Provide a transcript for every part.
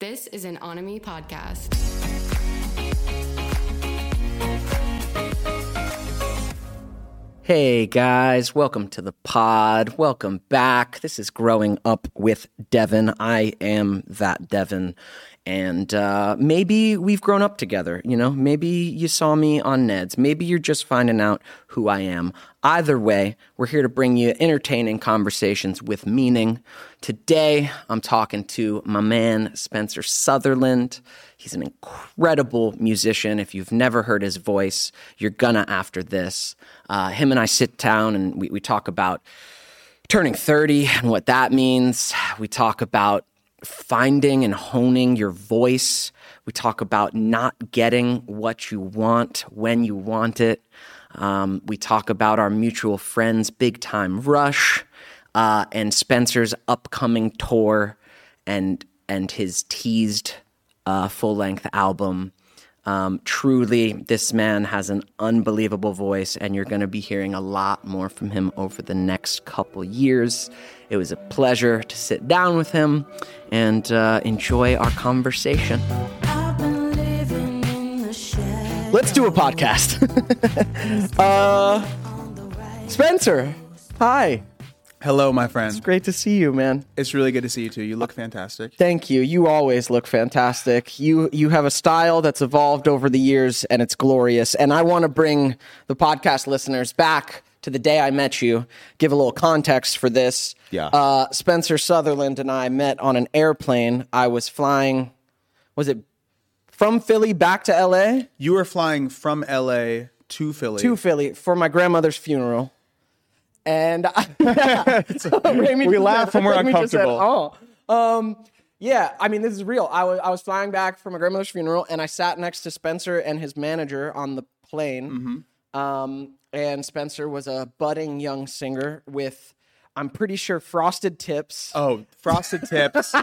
This is an Onami podcast. Hey guys, welcome to the pod. Welcome back. This is Growing Up with Devin. I am that Devin. And uh, maybe we've grown up together. You know, maybe you saw me on Ned's. Maybe you're just finding out who I am. Either way, we're here to bring you entertaining conversations with meaning. Today, I'm talking to my man, Spencer Sutherland. He's an incredible musician. If you've never heard his voice, you're gonna after this. Uh, him and I sit down and we, we talk about turning 30 and what that means. We talk about finding and honing your voice. We talk about not getting what you want when you want it. Um, we talk about our mutual friends, Big Time Rush, uh, and Spencer's upcoming tour and and his teased uh, full length album. Um, truly, this man has an unbelievable voice, and you're going to be hearing a lot more from him over the next couple years. It was a pleasure to sit down with him and uh, enjoy our conversation. I've been living in the shed Let's do a podcast. uh, Spencer, hi. Hello, my friend. Great to see you, man. It's really good to see you too. You look fantastic. Thank you. You always look fantastic. You you have a style that's evolved over the years and it's glorious. And I want to bring the podcast listeners back to the day I met you. Give a little context for this. Yeah. Uh, Spencer Sutherland and I met on an airplane. I was flying. Was it from Philly back to LA You were flying from LA to Philly. to Philly for my grandmother's funeral? And I, Raymond we just laugh said- when we're Raymond just said, uncomfortable. oh, um, yeah. I mean, this is real. I was I was flying back from my grandmother's funeral, and I sat next to Spencer and his manager on the plane. Mm-hmm. Um, and Spencer was a budding young singer with, I'm pretty sure, frosted tips. oh, frosted tips,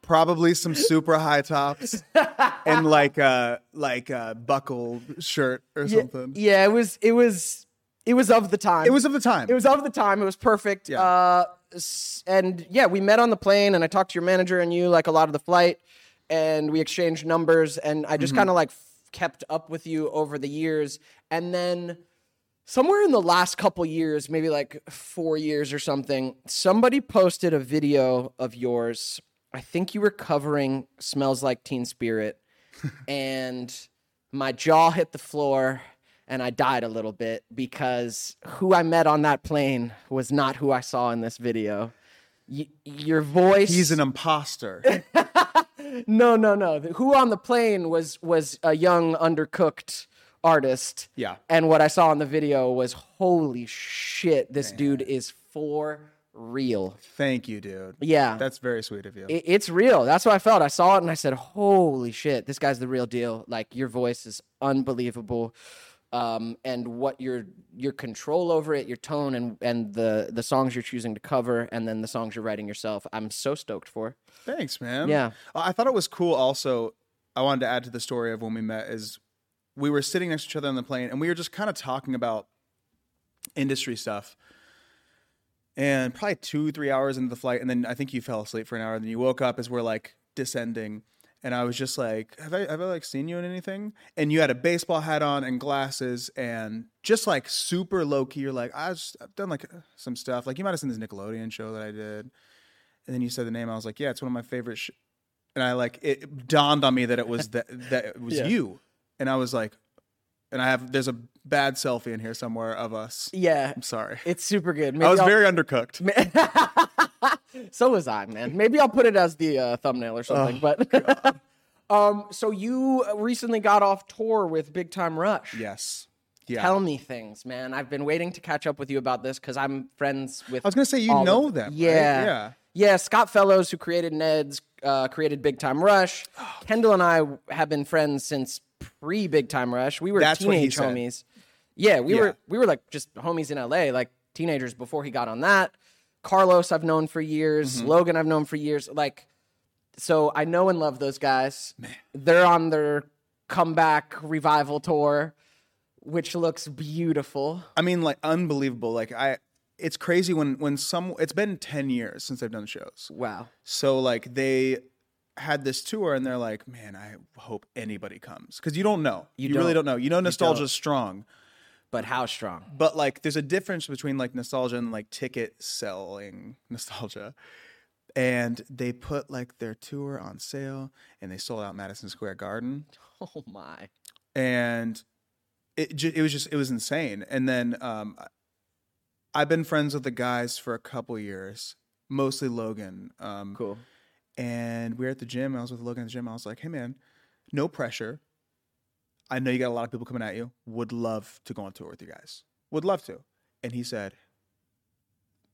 probably some super high tops, and like a like a buckle shirt or something. yeah, it was it was it was of the time. It was of the time. It was of the time. It was perfect. Yeah. Uh, s- and yeah, we met on the plane, and I talked to your manager and you like a lot of the flight, and we exchanged numbers, and I just kind of like f- kept up with you over the years, and then somewhere in the last couple years, maybe like four years or something, somebody posted a video of yours. I think you were covering "Smells Like Teen Spirit," and my jaw hit the floor and I died a little bit because who I met on that plane was not who I saw in this video. Y- your voice. He's an imposter. no, no, no. The- Who on the plane was was a young undercooked artist. Yeah. And what I saw in the video was holy shit, this dude is for real. Thank you, dude. Yeah. That's very sweet of you. It- it's real. That's what I felt. I saw it and I said, "Holy shit, this guy's the real deal." Like your voice is unbelievable, um, and what your your control over it, your tone, and and the the songs you're choosing to cover, and then the songs you're writing yourself. I'm so stoked for. Thanks, man. Yeah. Uh, I thought it was cool also. I wanted to add to the story of when we met is we were sitting next to each other on the plane and we were just kind of talking about industry stuff. And probably two, three hours into the flight, and then I think you fell asleep for an hour, and then you woke up as we're like descending. And I was just like, Have I have I like seen you in anything? And you had a baseball hat on and glasses and just like super low key, you're like, I just, I've done like uh, some stuff. Like you might have seen this Nickelodeon show that I did. And then you said the name. I was like, yeah, it's one of my favorite. Sh-. And I like it dawned on me that it was that that it was you. And I was like, and I have there's a bad selfie in here somewhere of us. Yeah, I'm sorry. it's super good. I was very undercooked. so was I, man. Maybe I'll put it as the uh, thumbnail Oh, or something. but um, so you recently got off tour with Big Time Rush. Yes. Yeah. Tell me things, man. I've been waiting to catch up with you about this because I'm friends with. I was gonna say you all know of- them. right? Yeah, Yeah. yeah. Scott Fellows, who created Ned's, uh, created Big Time Rush. Kendall and I have been friends since pre Big Time Rush. We were That's what he teenage said. homies. Yeah, we Yeah. were we were like just homies in LA, like teenagers before he got on that. Carlos, I've known for years. Mm-hmm. Logan, I've known for years. Like, so I know and love those guys. They're on their comeback revival tour, which looks beautiful. I mean, like unbelievable. Like I, it's crazy when when some. It's been ten years since I've done shows. Wow. So like they had this tour and they're like, man, I hope anybody comes because you don't know. You You, really don't. don't know. You know, nostalgia's don't. strong, But how strong? but like, there's a difference between like nostalgia and like ticket selling nostalgia. And they put like their tour on sale and they sold out Madison Square Garden Oh my. and it ju- it was just it was insane. And then um, I- I've been friends with the guys for a couple years, mostly Logan. Um, Cool. and we were at the gym. I was with Logan at the gym. I was like, "Hey, man, no pressure. I know you got a lot of people coming at you. Would love to go on tour with you guys. Would love to." And he said,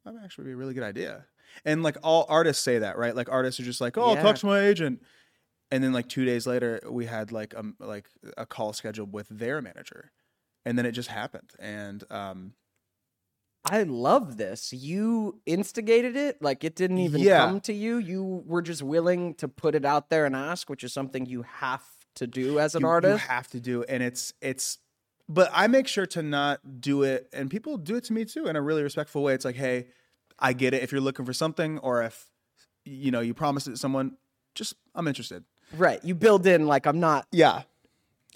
"That would actually be a really good idea." And like all artists say that, right? Like artists are just like, "Oh, I'll Yeah. talk to my agent." And then like two days later, we had like um like a call scheduled with their manager, and then it just happened. And um, I love this. You instigated it. Like it didn't even Yeah. come to you. You were just willing to put it out there and ask, which is something you have to do as an you, you artist. have to do, and it's it's. But I make sure to not do it, and people do it to me too in a really respectful way. It's like, hey, I get it if you're looking for something, or if you know you promised it to someone, just I'm interested. right. You build in like I'm not Yeah.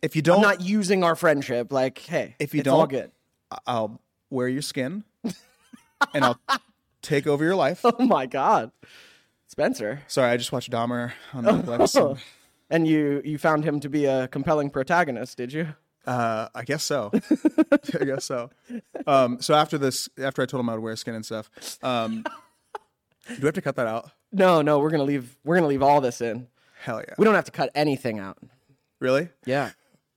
If you I'm don't, not using our friendship. Like, hey, If you it's all don't- good. I'll wear your skin, and I'll take over your life. Oh my God. Spencer. Sorry, I just watched Dahmer on Netflix. and, Oh. And you you found him to be a compelling protagonist, did you? Uh, I guess so. I guess so. Um, so after this, after I told him I'd wear skin and stuff, um, do we have to cut that out? No, no, we're gonna leave we're gonna leave all this in. Hell yeah. We don't have to cut anything out. Really? Yeah.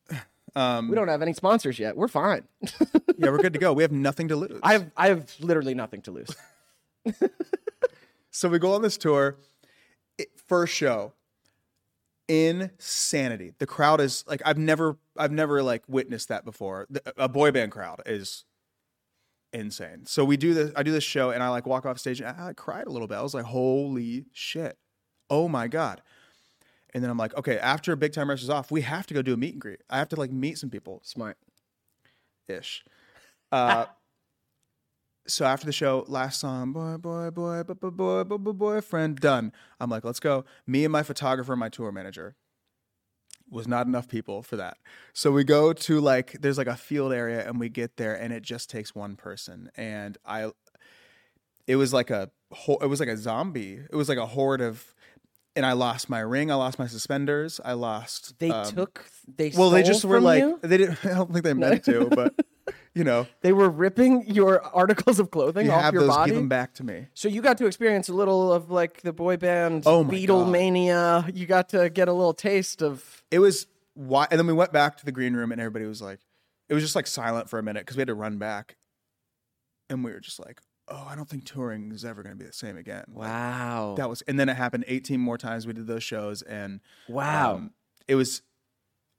Um, we don't have any sponsors yet. We're fine. Yeah, we're good to go. We have nothing to lose. I have I have literally nothing to lose. so we go on this tour. It, first show, insanity. The crowd is like I've never I've never like witnessed that before. The, a boy band crowd is insane. So we do this. I do this show, and I like walk off stage, and I, I cried a little bit. I was like, "Holy shit! Oh my god!" And then I'm like, "Okay, after Big Time Rush is off, we have to go do a meet and greet. I have to like meet some people." Smart. ish. Uh, so after the show, last song, boy, boy, boy, bu- bu- boy, bu- bu- boyfriend, done. I'm like, let's go. Me and my photographer, and my tour manager. Was not enough people for that. So we go to like, there's like a field area and we get there and it just takes one person. And I, it was like a, ho- it was like a zombie. It was like a horde of, and I lost my ring. I lost my suspenders. I lost. They um, took they well, they stole just were from like you? they didn't. I don't think they meant to, but you know, they were ripping your articles of clothing you off have your those. body. Give them back to me. So you got to experience a little of like the boy band Oh my Beatle God. mania. You got to get a little taste of It was why, and then we went back to the green room, and everybody was like, it was just like silent for a minute because we had to run back, and we were just like, oh, I don't think touring is ever going to be the same again. Like, wow. that was, and then it happened 18 more times. We did those shows, and wow. um, it was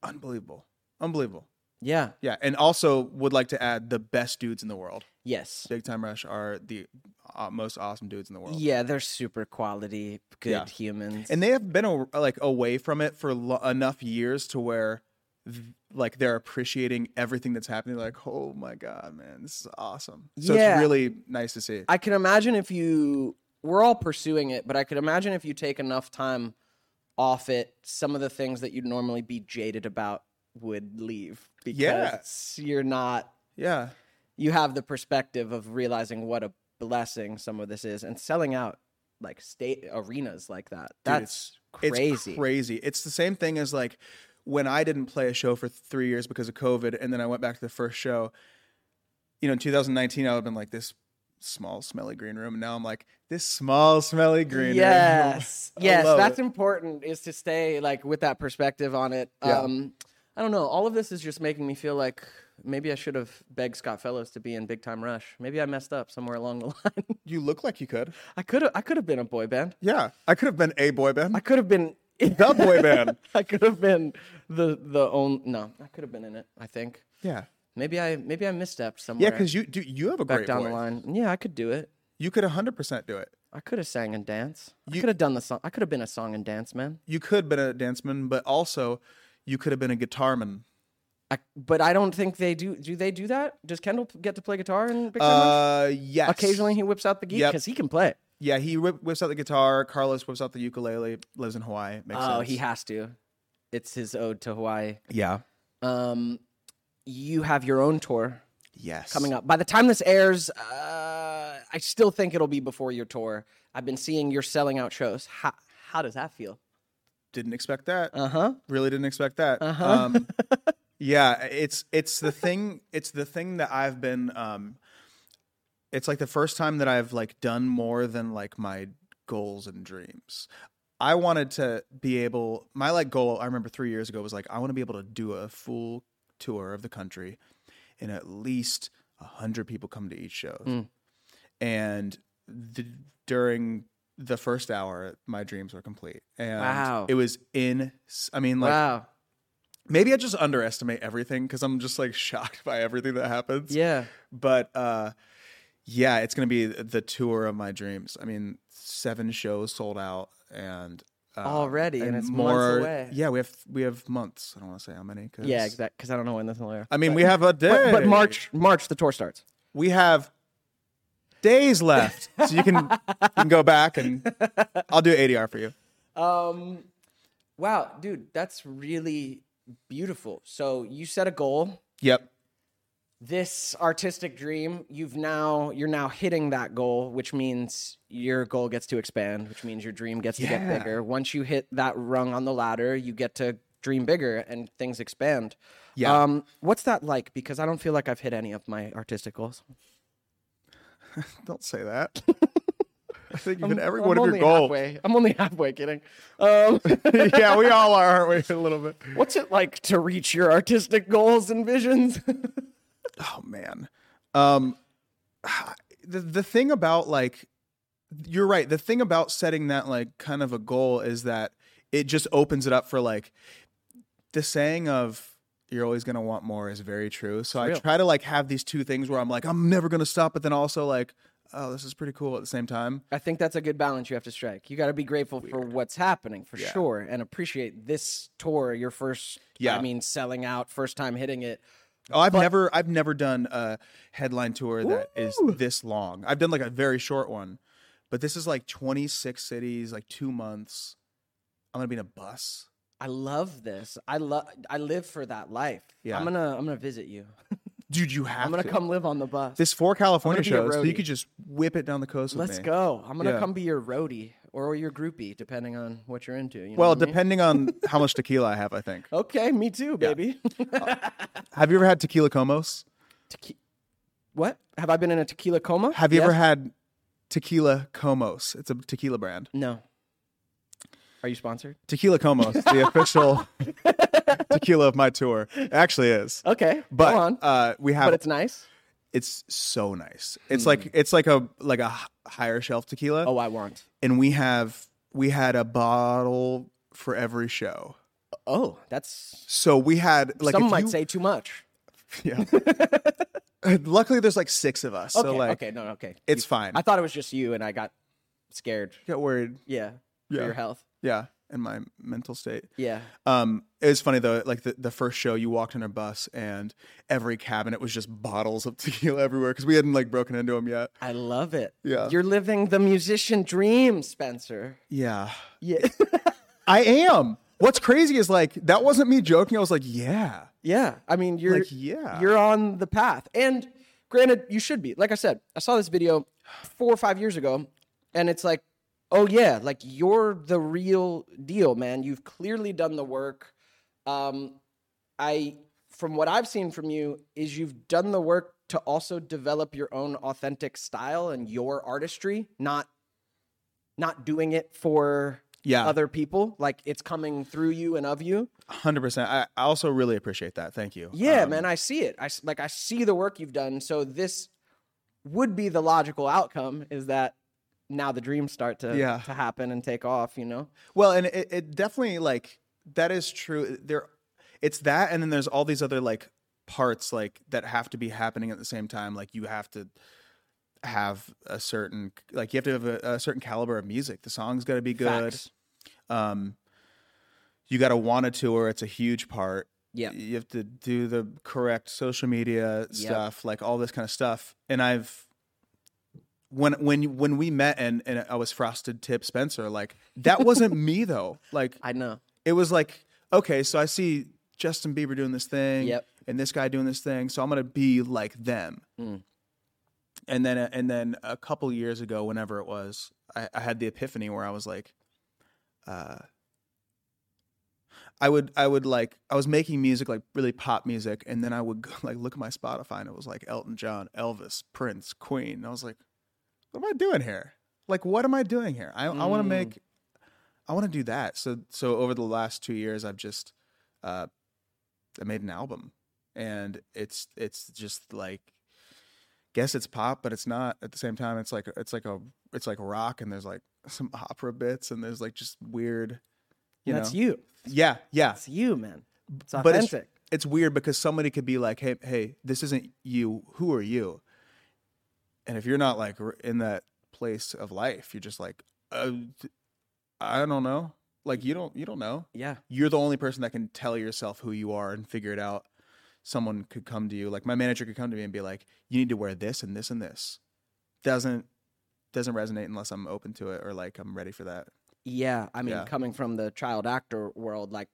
unbelievable, unbelievable. yeah. Yeah, and also would like to add the best dudes in the world. Yes. Big Time Rush are the uh, most awesome dudes in the world. Yeah, they're super quality good Yeah. humans. and they have been a, like away from it for lo- enough years to where th- like they're appreciating everything that's happening like oh my god man this is awesome so Yeah. it's really nice to see I can imagine if you we're all pursuing it, but I could imagine if you take enough time off it, some of the things that you'd normally be jaded about would leave Yeah. because you're not yeah you have the perspective of realizing what a blessing some of this is and selling out like state arenas like that. That's crazy. it's crazy it's the same thing as like when i didn't play a show for three years because of covid and then i went back to the first show you know in 2019 i would have been like this small smelly green room and now i'm like this small smelly green room Yes. I yes, love that's it. important is to stay like with that perspective on it. Yeah. Um I don't know. All of this is just making me feel like maybe I should have begged Scott Fellows to be in Big Time Rush. Maybe I messed up somewhere along the line. you look like you could I could have I could have been a boy band. yeah i could have been a boy band I could have been the boy band I could have been the the own no, I could have been in it, I think. yeah Maybe I maybe I misstepped somewhere. Yeah, because you do. You have a back great down voice. the line. Yeah, I could do it. You could 100 percent do it. I could have sang and dance. I You- could have done the song. I could have been a song and dance man. You could have been a danceman, but also you could have been a guitarman. I, but I don't think they do. Do they do that? Does Kendall p- get to play guitar in Big Time Rush? Uh, yes. Occasionally, he whips out the geek yep. because he can play. yeah, he whip, whips out the guitar. Carlos whips out the ukulele. Lives in Hawaii. Makes Oh, sense. he has to. It's his ode to Hawaii. yeah. Um, you have your own tour Yes. coming up. By the time this airs, uh, I still think it'll be before your tour. I've been seeing you're selling out shows. How how does that feel? Didn't expect that. Uh huh. really didn't expect that. Uh-huh. Um, yeah, it's it's the thing. It's the thing that I've been. Um, it's like the first time that I've like done more than like my goals and dreams. I wanted to be able. My like goal. I remember three years ago was like I want to be able to do a full tour of the country, and at least a hundred people come to each show. Mm. And the, during the first hour, my dreams were complete, and Wow. it was in. I mean, like wow. maybe I just underestimate everything because I'm just like shocked by everything that happens. Yeah. But uh, yeah, it's gonna be the tour of my dreams. I mean, seven shows sold out and uh, Already, and it's Oh, months away. Yeah, we have we have months. I don't want to say how many. 'cause- Yeah. Exactly. Because I don't know when this will air. I mean, we have a day. But, but March March the tour starts. we have days left, so you can you can go back and I'll do ADR for you. Um, wow, dude, that's really beautiful. So you set a goal. Yep. This artistic dream, you've now you're now hitting that goal, which means your goal gets to expand, which means your dream gets to get Yeah. bigger. Once you hit that rung on the ladder, you get to dream bigger and things expand. Yeah. Um, what's that like? Because I don't feel like I've hit any of my artistic goals. Don't say that. I think you've hit every I'm one of your only goals. halfway. I'm only halfway kidding. Um, yeah, we all are, aren't we? A little bit. what's it like to reach your artistic goals and visions? Oh man. Um the the thing about like you're right. The thing about setting that like kind of a goal is that it just opens it up for like the saying of you're always going to want more is very true. So I real. try to like have these two things where I'm like I'm never going to stop but then also like oh this is pretty cool at the same time. I think that's a good balance you have to strike. You got to be grateful for what's happening for sure and appreciate this tour, your first, I Yeah. mean, selling out, first time hitting it. Oh, I've never I've never done a headline tour that is this long. I've done like a very short one, but this is like 26 cities, like two months. I'm gonna be in a bus. I love this. I love, I live for that life. Yeah. I'm going to, I'm going to visit you. Dude, you have I'm going to to come live on the bus. This four California be a shows, so you roadie. could just whip it down the coast with Let's me. go. I'm going to Yeah. come be your roadie or your groupie, depending on what you're into. You know Well, what I mean? depending on how much tequila I have, I think. Okay, me too, baby. Have you ever had tequila comos? Tequi- what? Have I been in a tequila coma? Have you ever Yes. had tequila comos? It's a tequila brand. No. Are you sponsored? Tequila comos, the official tequila of my tour. It actually is. Okay. But Uh, go on. Uh, we have but it's nice. it's so nice. It's like it's like a like a h- higher shelf tequila, Hmm. Oh, I want. and we have we had a bottle for every show. Oh, that's So we had like some if might you- say too much. yeah. Luckily, there's like six of us, Okay, so like okay, no, no, okay. it's You- fine. I I thought it was just you, and I got scared. got worried, Yeah, for Yeah. your health. yeah, in my mental state. Yeah. Um, it was funny though. Like the, the first show, you walked in a bus, and every cabinet was just bottles of tequila everywhere because we hadn't like broken into them yet. I love it. Yeah. You're living the musician dream, Spencer. Yeah, Yeah. I am. What's crazy is like that wasn't me joking. I was like, yeah. yeah. I mean, you're Like, yeah. you're on the path. And granted, you should be. Like I said, I saw this video 4 or 5 years ago, and it's like, "Oh yeah, like you're the real deal, man. You've clearly done the work." Um I from what I've seen from you is you've done the work to also develop your own authentic style and your artistry, not not doing it for Yeah. other people. Like it's coming through you and of you. Hundred percent. I I also really appreciate that. Thank you. Yeah, Um, man, I see it. I s- like I see the work you've done. So this would be the logical outcome is that now the dreams start to Yeah. to happen and take off. You know, Well, and it, it definitely like that is true. There, it's that, and then there's all these other like parts like that have to be happening at the same time. Like you have to have a certain like you have to have a, a certain caliber of music. The song's got to be good. Facts. Um, you got to want to tour. It's a huge part. Yeah. you have to do the correct social media stuff, like all this kind of stuff. And I've when when when we met and and I was frosted tip Spencer, like that wasn't me though. Like I know. it was like okay, so I see Justin Bieber doing this thing, Yep. and this guy doing this thing, so I'm gonna be like them. Mm. And then and then a couple years ago, whenever it was, I, I had the epiphany where I was like, I would I would like I was making music like really pop music, and then I would go, like look at my Spotify and it was like Elton John, Elvis, Prince, Queen. And I was like, what am I doing here? Like, what am I doing here? I I want to make, I want to do that. So so over the last two years, I've just, uh, I made an album, and it's it's just like, guess it's pop, but it's not. At the same time, it's like it's like a it's like rock, and there's like some opera bits, and there's like just weird. You That's know? you. Yeah, yeah That's you, man. It's but it's, authentic. it's weird because somebody could be like, "Hey, hey, this isn't you. Who are you?" And if you're not like r- in that place of life, you're just like, uh, th- "I don't know." Like you don't you don't know. yeah. You're the only person that can tell yourself who you are and figure it out. Someone could come to you, like my manager could come to me and be like, "You need to wear this and this and this." Doesn't doesn't resonate unless I'm open to it or like I'm ready for that. Yeah, I mean, Yeah. coming from the child actor world, like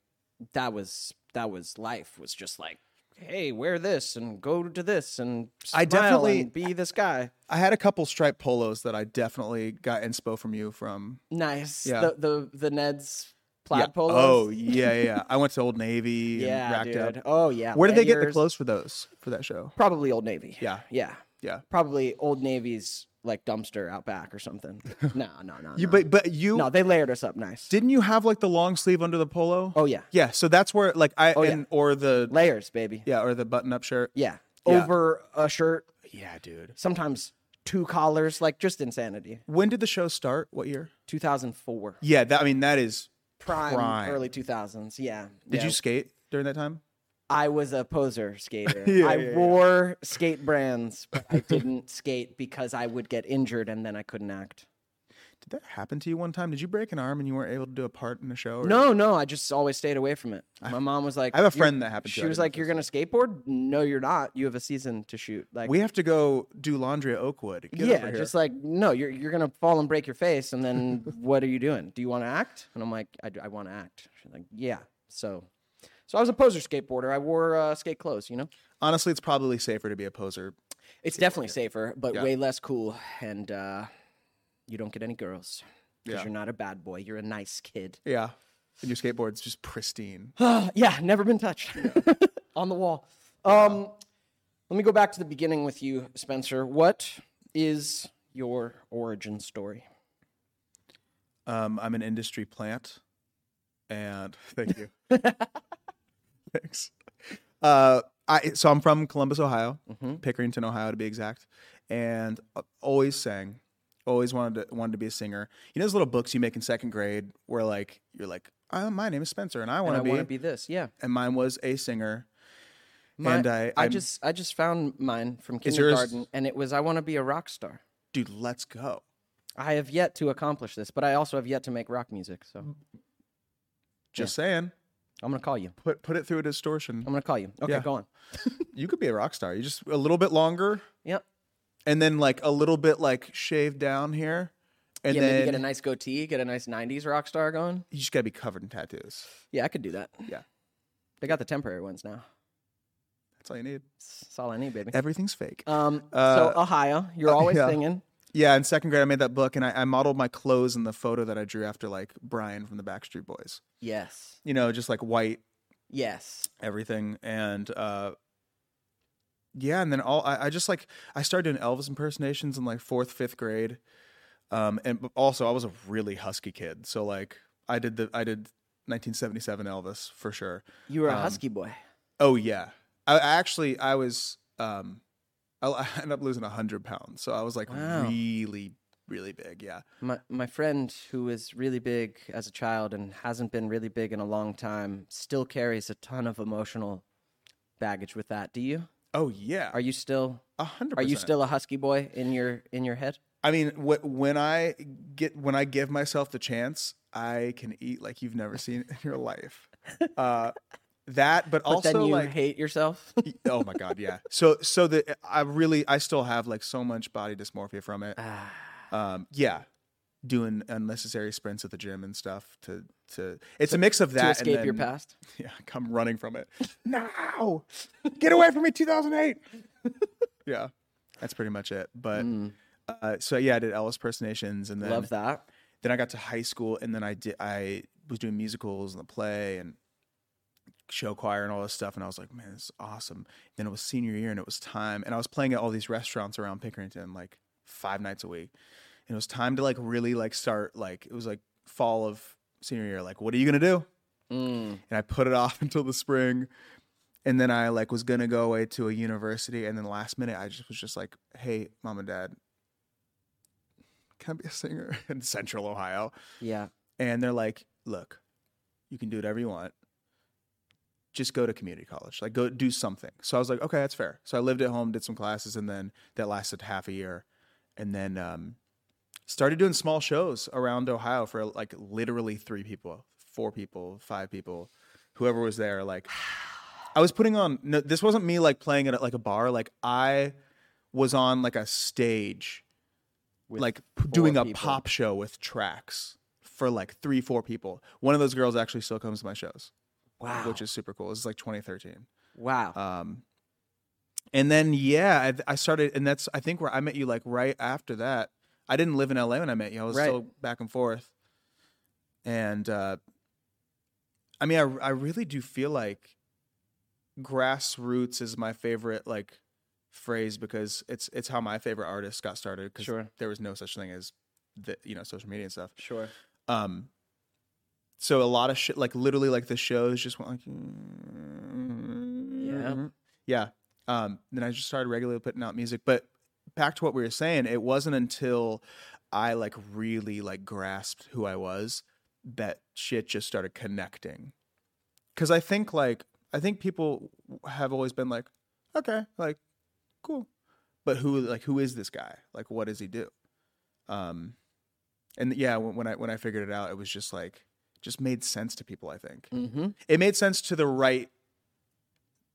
that was that was life was just like, hey, wear this and go to this and I smile definitely- and be this guy. I had a couple striped polos that I definitely got inspo from you from Nice. Yeah. The the the Ned's plaid yeah. polos. Oh yeah, yeah, yeah. I went to Old Navy. yeah, and racked dude. up. Oh yeah. Where did they get the Lanyards. clothes for those for that show? Probably Old Navy. Yeah. Yeah. Yeah. Probably Old Navy's like dumpster out back or something. no, no, no. You no. but but you no, they layered us up nice. didn't you have like the long sleeve under the polo? oh yeah, yeah. Oh, So that's where like I yeah. and or the layers, baby. yeah or the button up shirt. Yeah. Yeah. Over a shirt, Yeah, dude. sometimes two collars, like just insanity. When did the show start? What year? 2004. Yeah, that I mean that is. Prime, Prime. early 2000s. Yeah. Did yeah. you skate during that time? I was a poser skater. Yeah, I yeah, yeah. wore skate brands, but I didn't skate because I would get injured and then I couldn't act. Did that happen to you one time? Did you break an arm and you weren't able to do a part in a show? or- No, no, I just always stayed away from it. My mom was like, I have a "You're-" friend that happened to. She I was didn't like, "You're gonna skateboard? No, you're not. You have a season to shoot." Like, We have to go do laundry at Oakwood. Get yeah, over here. just like, no, you're you're gonna fall and break your face, and then what are you doing? Do you want to act? And I'm like, I, want to act. She's like, yeah. So, so I was a poser skateboarder. I wore uh, skate clothes. You know, honestly, it's probably safer to be a poser. it's definitely safer, but Yeah. way less cool, and uh, you don't get any girls because Yeah. you're not a bad boy. You're a nice kid. Yeah, and your skateboard's just pristine. yeah, never been touched. On the wall. Um, let me go back to the beginning with you, Spencer. What is your origin story? Um, I'm an industry plant, and thank you. Thanks. Uh, I so I'm from Columbus, Ohio, Mm-hmm. Pickerington, Ohio to be exact, and uh, always sang. Always wanted to wanted to be a singer. You know those little books you make in second grade where like you're like, oh, my name is Spencer, and I And want I to want to be. be this. Yeah. And mine was a singer. My- and I, I'm- just I just found mine from Is yours- kindergarten, and it was I want to be a rock star. dude, let's go. I have yet to accomplish this, but I also have yet to make rock music. So I'm Just saying. gonna call you. Put put it through a distortion. I'm gonna call you. Okay, Yeah. go on. You could be a rock star. You just a little bit longer, Yep. and then like a little bit like shaved down here, and yeah, maybe then get a nice goatee, get a nice '90s rock star going. you just gotta be covered in tattoos. Yeah, I could do that. Yeah. They got the temporary ones now. That's all you need. That's all I need, baby. Everything's fake. Um, Uh, so Ohio, you're always yeah. singing. yeah, in second grade, I made that book, and I, I modeled my clothes in the photo that I drew after like Brian from the Backstreet Boys. Yes, You know, just like white yes. everything, and uh, yeah, and then all I, I just like I started doing Elvis impersonations in like fourth, fifth grade, um, and b- also I was a really husky kid, so like I did the I did 1977 Elvis for sure. You were a Um, husky boy. Oh yeah. I, I actually I was um I, I ended up losing hundred pounds. So I was like Wow. really, really big. Yeah. My my friend who was really big as a child and hasn't been really big in a long time still carries a ton of emotional baggage with that. Do you? Oh yeah. Are you still a hundred are you percent. still a husky boy in your in your head? I mean, wh- when I get when I give myself the chance, I can eat like you've never seen in your life. Uh that, but, But also then you like hate yourself. oh my god, yeah. So so that I really I still have like so much body dysmorphia from it. Um, yeah, doing unnecessary sprints at the gym and stuff to to it's a mix of that to escape and your then- past. Yeah, come running from it. no, get away from me, 2008. yeah, that's pretty much it. But uh, so yeah, I did Ellis personations and then Hmm. Love that. then I got to high school, and then I did. I was doing musicals and the play and show choir and all this stuff, and I was like, man, this is awesome. Then it was senior year, and it was time, and I was playing at all these restaurants around Pickerington, like five nights a week, and it was time to like really like start like it was like fall of senior year. Like, what are you gonna do? Mm. and I put it off until the spring. And then I like was gonna go away to a university, and then last minute I just was just like, "Hey, mom and dad, can I be a singer in Central Ohio?" Yeah. And they're like, "Look, you can do whatever you want. Just go to community college. Like, go do something." So I was like, "Okay, that's fair." So I lived at home, did some classes, and then that lasted half a year, and then um, started doing small shows around Ohio for like literally three people, four people, five people, whoever was there. Like, I was putting on. No, this wasn't me like playing at like a bar. Like I was on like a stage, like p- doing a people. pop show with tracks for like three, four people. One of those girls actually still comes to my shows, Wow. which is super cool. This is like 2013. wow. Um, and then yeah, I, I started, and that's I think where I met you. Like right after that, I didn't live in LA when I met you. I was Right. still back and forth, and uh, I mean, I I really do feel like grassroots is my favorite like phrase because it's it's how my favorite artists got started because Sure. there was no such thing as the you know social media and stuff. sure. Um, so a lot of shit, like literally, like mm. the shows just went like, Yeah. yeah. Um, then I just started regularly putting out music. But back to what we were saying, it wasn't until I like really like grasped who I was that shit just started connecting. Because I think like I think people have always been like, okay, like cool, but who like who is this guy? Like, what does he do? Um, and yeah, when when I when I figured it out, it was just like just made sense to people. I think Mm-hmm. it made sense to the right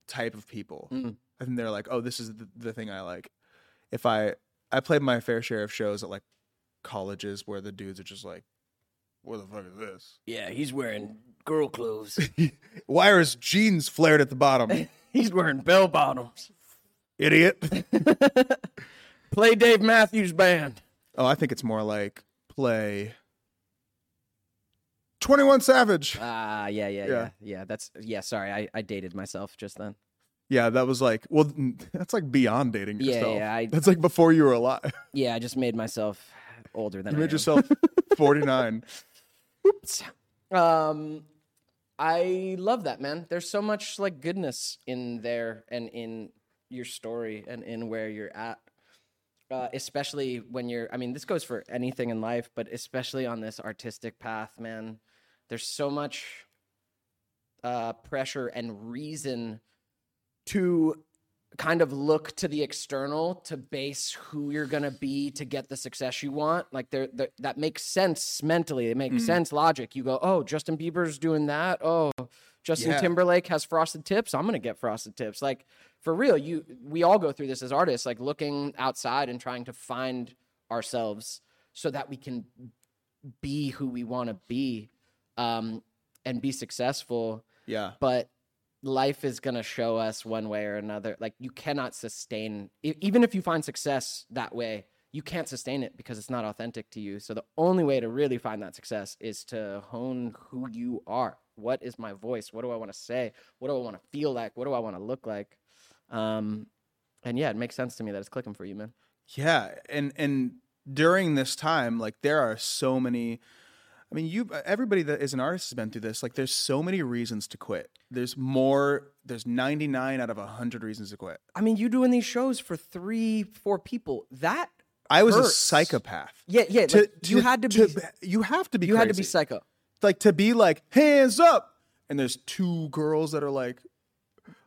type of people. Mm. I think they're like, oh, this is the, the thing I like. If I I played my fair share of shows at like colleges where the dudes are just like, what the fuck is this? Yeah, he's wearing girl clothes. Why are his jeans flared at the bottom, he's wearing bell bottoms. idiot? Play Dave Matthews Band. oh, I think it's more like play Twenty One Savage. Ah, yeah, yeah, yeah, Yeah. yeah, That's yeah. Sorry, I, I dated myself just then. Yeah, that was like, well, that's like beyond dating Yeah, yourself. yeah, I- that's like before you were alive. Yeah, I just made myself older than You I am. made yourself forty nine. Um, I love that man. There's so much like goodness in there and in your story and in where you're at. Uh, especially when you're, I mean, this goes for anything in life, but especially on this artistic path, man. There's so much uh, pressure and reason to kind of look to the external to base who you're going to be to get the success you want like there there- that makes sense mentally it makes sense logic you go oh Justin Bieber's doing that oh Justin Yeah. Timberlake has frosted tips I'm going to get frosted tips like for real you we all go through this as artists like looking outside and trying to find ourselves so that we can be who we want to be um and be successful Yeah. but life is going to show us one way or another like you cannot sustain e- even if you find success that way you can't sustain it because it's not authentic to you so the only way to really find that success is to hone who you are what is my voice what do i want to say what do i want to feel like what do i want to look like um and yeah it makes sense to me that it's clicking for you man Yeah, and and during this time, like there are so many. I mean, you everybody that is an artist has been through this. Like, there's so many reasons to quit. There's more. There's 99 out of 100 reasons to quit. i mean you doing these shows for 3 4 people that I was a Hurts. psychopath. yeah yeah To- like, you to- had to be You have to be. you had to be crazy. psycho Like to be like hands up. And there's two girls that are like,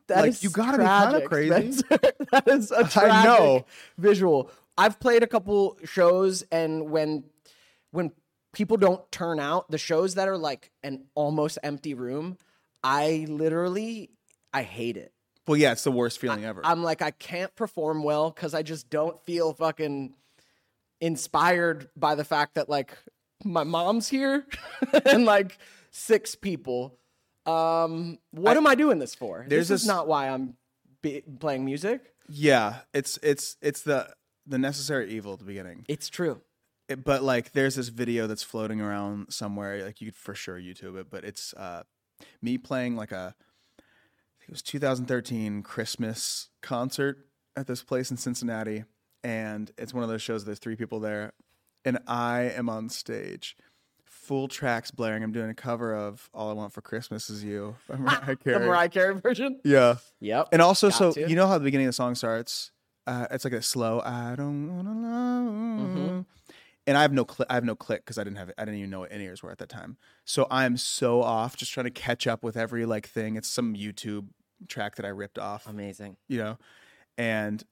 That Like, is you gotta be kinda tragic, crazy. Spencer. that is a tragic I know. visual. I've played a couple shows, and when when people don't turn out, the shows that are like an almost empty room, I literally I hate it. Well, yeah, it's the worst feeling ever. I'm like, I can't perform well because I just don't feel fucking inspired by the fact that like my mom's here and like six people. Um, what am I doing this for? There's this is this- not why I'm be- playing music. yeah, it's it's it's the the necessary evil at the beginning. It's true. It- eh, but like, there's this video that's floating around somewhere. Like you could for sure YouTube it, but it's uh, me playing like a I think it was 2013 Christmas concert at this place in Cincinnati, and it's one of those shows. There's three people there, and I am on stage. Full tracks blaring. I'm doing a cover of "All I Want for Christmas Is You" by Mariah Carey. Ah, The Mariah Carey version. Yeah. Yep. And also, Got so to. you know how the beginning of the song starts? Uh, it's like a slow. I don't wanna love. And I have no cli I have no click because I didn't have. I didn't even know what in ears were at that time. So I'm so off, just trying to catch up with every like thing. It's some YouTube track that I ripped off, Amazing. you know. And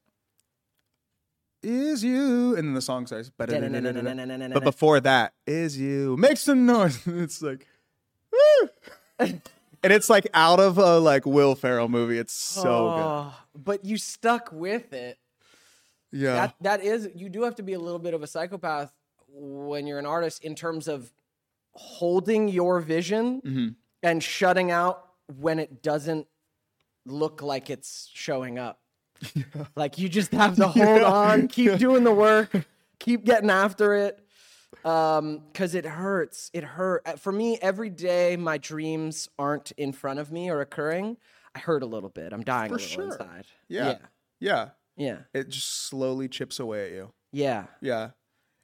is you, and then the song starts. But but before that, is you make some noise. It's like, woo! and it's like out of a like Will Ferrell movie. It's so Oh, But you stuck with it. good. Yeah, that that is you do have to be a little bit of a psychopath when you're an artist in terms of holding your vision Mm-hmm. and shutting out when it doesn't look like it's showing up like you just have to hold on keep doing the work keep getting after it um because it hurts it hurt Uh, for me every day my dreams aren't in front of me or occurring i hurt a little bit i'm dying a little sure. inside yeah, yeah, yeah It just slowly chips away at you. yeah Yeah.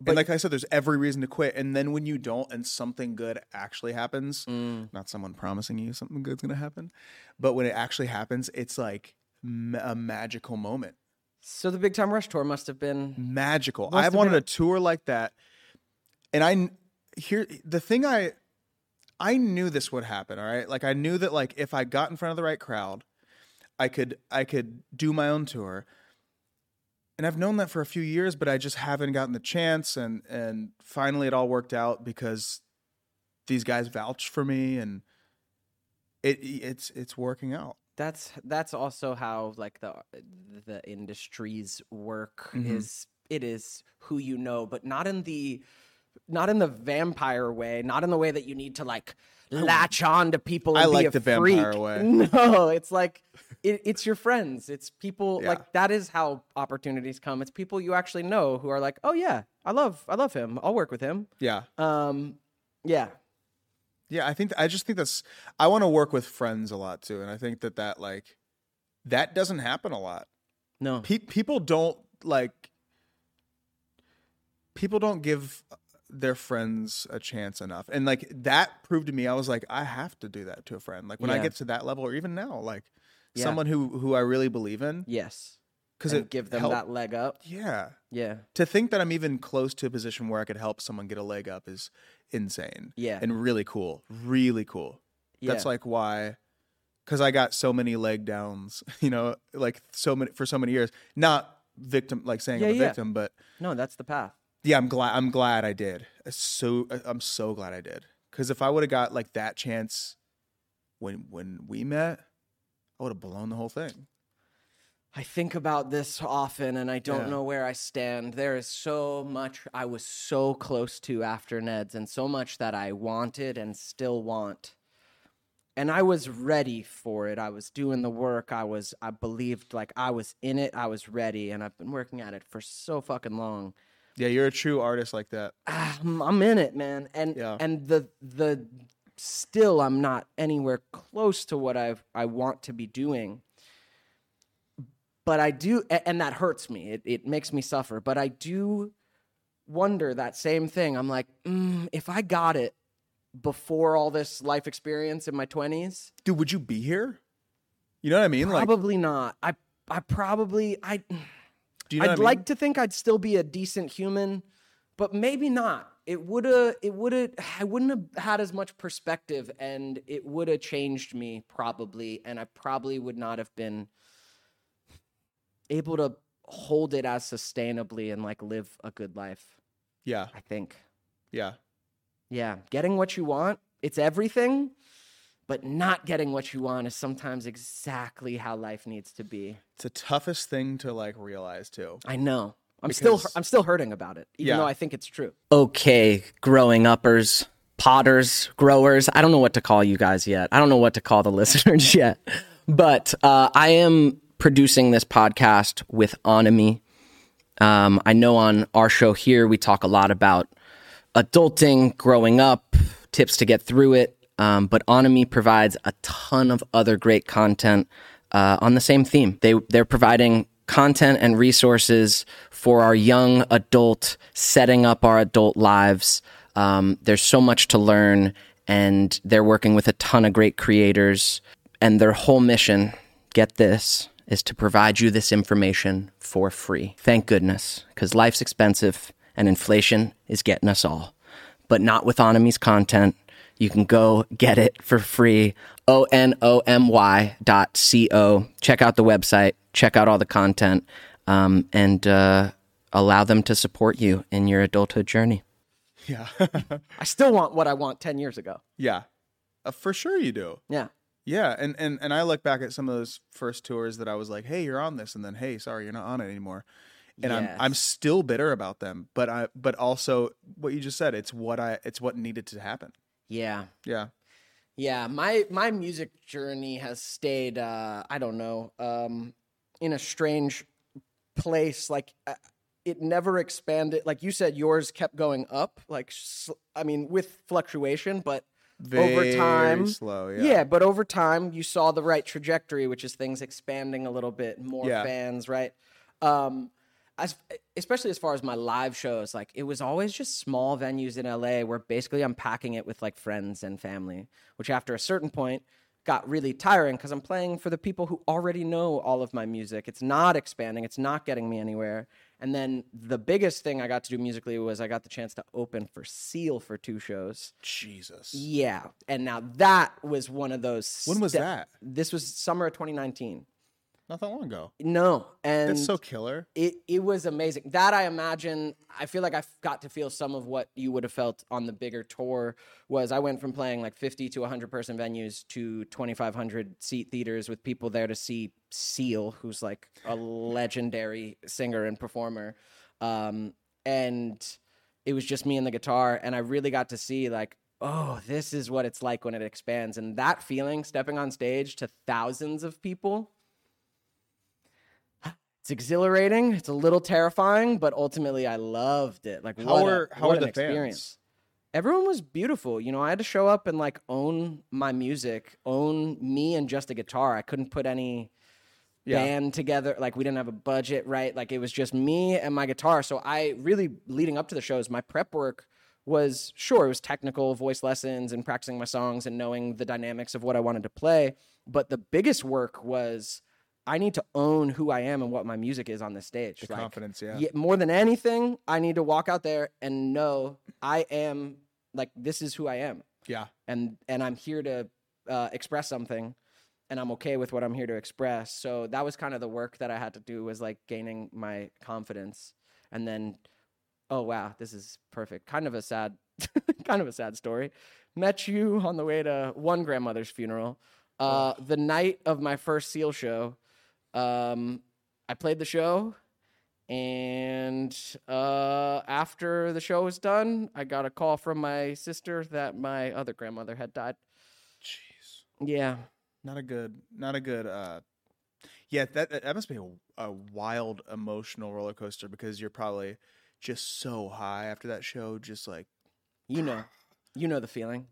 and like I said, there's every reason to quit. And then when you don't and something good actually happens, not someone promising you something good's going to happen, but when it actually happens, it's like ma- a magical moment. So the Big Time Rush tour must have Mm. been magical. I've wanted a tour like that, and I kn- here the thing I I knew this would happen. All right, like I knew that like if I got in front of the right crowd, I could I could do my own tour. And I've known that for a few years, but I just haven't gotten the chance. And and finally, it all worked out because these guys vouched for me, and it it's it's working out. that's that's also how like the the industry's work Mm-hmm. is it is who you know, but not in the not in the vampire way, not in the way that you need to like latch on to people. And I be like a the vampire freak. way. No, it's like it, it's your friends. It's people Yeah. like that is how opportunities come. It's people you actually know who are like, oh yeah, I love I love him. I'll work with him. Yeah. Um, yeah, Yeah, I think I just think that's I want to work with friends a lot too, and I think that that like that doesn't happen a lot. no, Pe- people don't like people don't give uh, their friends a chance enough, and like that proved to me I was like I have to do that to a friend. Like when I Yeah. get to that level, or even now, like Yeah. someone who who I really believe in, yes, because And it give them help- that leg up. Yeah, Yeah. to think that I'm even close to a position where I could help someone get a leg up is insane. Yeah. And really cool. Really cool. That's Yeah. like why cuz I got so many leg downs, you know, like so many for so many years. Not victim like saying Yeah, I'm a yeah. victim, but No, that's the path. yeah, I'm glad I'm glad I did. It's So I'm so glad I did. Cuz if I would have got like that chance when when we met, I would have blown the whole thing. I think about this often and I don't Yeah. know where I stand. There is so much I was so close to after Ned's and so much that I wanted and still want. And I was ready for it. I was doing the work. I was I believed like I was in it. I was ready and I've been working at it for so fucking long. Yeah, you're a true artist like that. ah, I'm, I'm in it, man. And Yeah. and the the still I'm not anywhere close to what I I want to be doing. But I do, a- and that hurts me. It it makes me suffer. But I do wonder that same thing. I'm like, mm, if I got it before all this life experience in my 20s, Dude, would you be here? You know what I mean? like probably not. I I probably I. do you know I'd what I mean? like to think I'd still be a decent human, but maybe not. It would have. It would have. I wouldn't have had as much perspective, and it would have changed me probably, and I probably would not have been able to hold it as sustainably and like live a good life. Yeah. I think. Yeah. Yeah, getting what you want. It's everything, But not getting what you want is sometimes exactly how life needs to be. It's the toughest thing to like realize too. I know. I'm still Because- I'm still hurting about it, even Yeah. though I think it's true. Okay, growing uppers, potters, growers. I don't know what to call you guys yet. I don't know what to call the listeners yet. But uh, I am producing this podcast with Onami. Um, I know on our show here we talk a lot about adulting, growing up, tips to get through it. Um, but Onami provides a ton of other great content uh, on the same theme. They they're providing content and resources for our young adult, setting up our adult lives. Um, there's so much to learn, and they're working with a ton of great creators. And their whole mission, get this, is to provide you this information for free. Thank goodness, because life's expensive and inflation is getting us all. But not with Onami's content. You can go get it for free. O N O M Y dot C O. Check out the website, check out all the content, um, and uh, allow them to support you in your adulthood journey. Yeah. I still want what I want 10 years ago. yeah. Uh, for sure you do. Yeah. Yeah, and and and I look back at some of those first tours that I was like, "Hey, you're on this," and then, "Hey, sorry, you're not on it anymore." And Yes. I'm I'm still bitter about them, but I but also what you just said, it's what I it's what needed to happen. Yeah. Yeah. Yeah, my my music journey has stayed uh I don't know, um in a strange place like uh, it never expanded like you said yours kept going up like sl- I mean with fluctuation but Very time, slow, Oh, yeah. yeah. but over time you saw the right trajectory which is things expanding a little bit, more Yeah. fans, right? Um as, especially as far as my live shows, like it was always just small venues in LA where basically I'm packing it with like friends and family, which after a certain point got really tiring because I'm playing for the people who already know all of my music. It's not expanding, it's not getting me anywhere. And then the biggest thing I got to do musically was I got the chance to open for Seal for two shows. Jesus. Yeah. And now that was one of those. When was step- that? This was summer of 2019. Not that long ago. No. And That's so killer. it it was amazing. That I imagine. I feel like I f- got to feel some of what you would have felt on the bigger tour. Was I went from playing like fifty to hundred person venues to twenty five hundred seat theaters with people there to see Seal, who's like a legendary singer and performer, um, and it was just me and the guitar, and I really got to see like. Oh, this is what it's like when it expands. And that feeling, stepping on stage to thousands of people, it's exhilarating. It's a little terrifying, but ultimately I loved it. Like How what a- are how what are an the experience. fans? Everyone was beautiful. You know, I had to show up and like own my music, own me and just a guitar. I couldn't put any Yeah. band together. Like we didn't have a budget, right? Like it was just me and my guitar. So I really leading up to the shows, my prep work was sure it was technical voice lessons and practicing my songs and knowing the dynamics of what I wanted to play, but the biggest work was I need to own who I am and what my music is on this stage. The confidence, yeah. Ye- more than anything, I need to walk out there and know I am like this is who I am, Yeah. and and I'm here to uh, express something, and I'm okay with what I'm here to express. So that was kind of the work that I had to do was like gaining my confidence, and then, oh wow, this is perfect. Kind of a sad, kind of a sad story. Met you on the way to one grandmother's funeral, uh, the night of my first Seal show. Um, I played the show and uh, after the show was done, I got a call from my sister that my other grandmother had died. Jeez. Yeah. Not a good not a good uh yeah, that that that must be a, a wild emotional roller coaster because you're probably just so high after that show, just like You know. You know the feeling.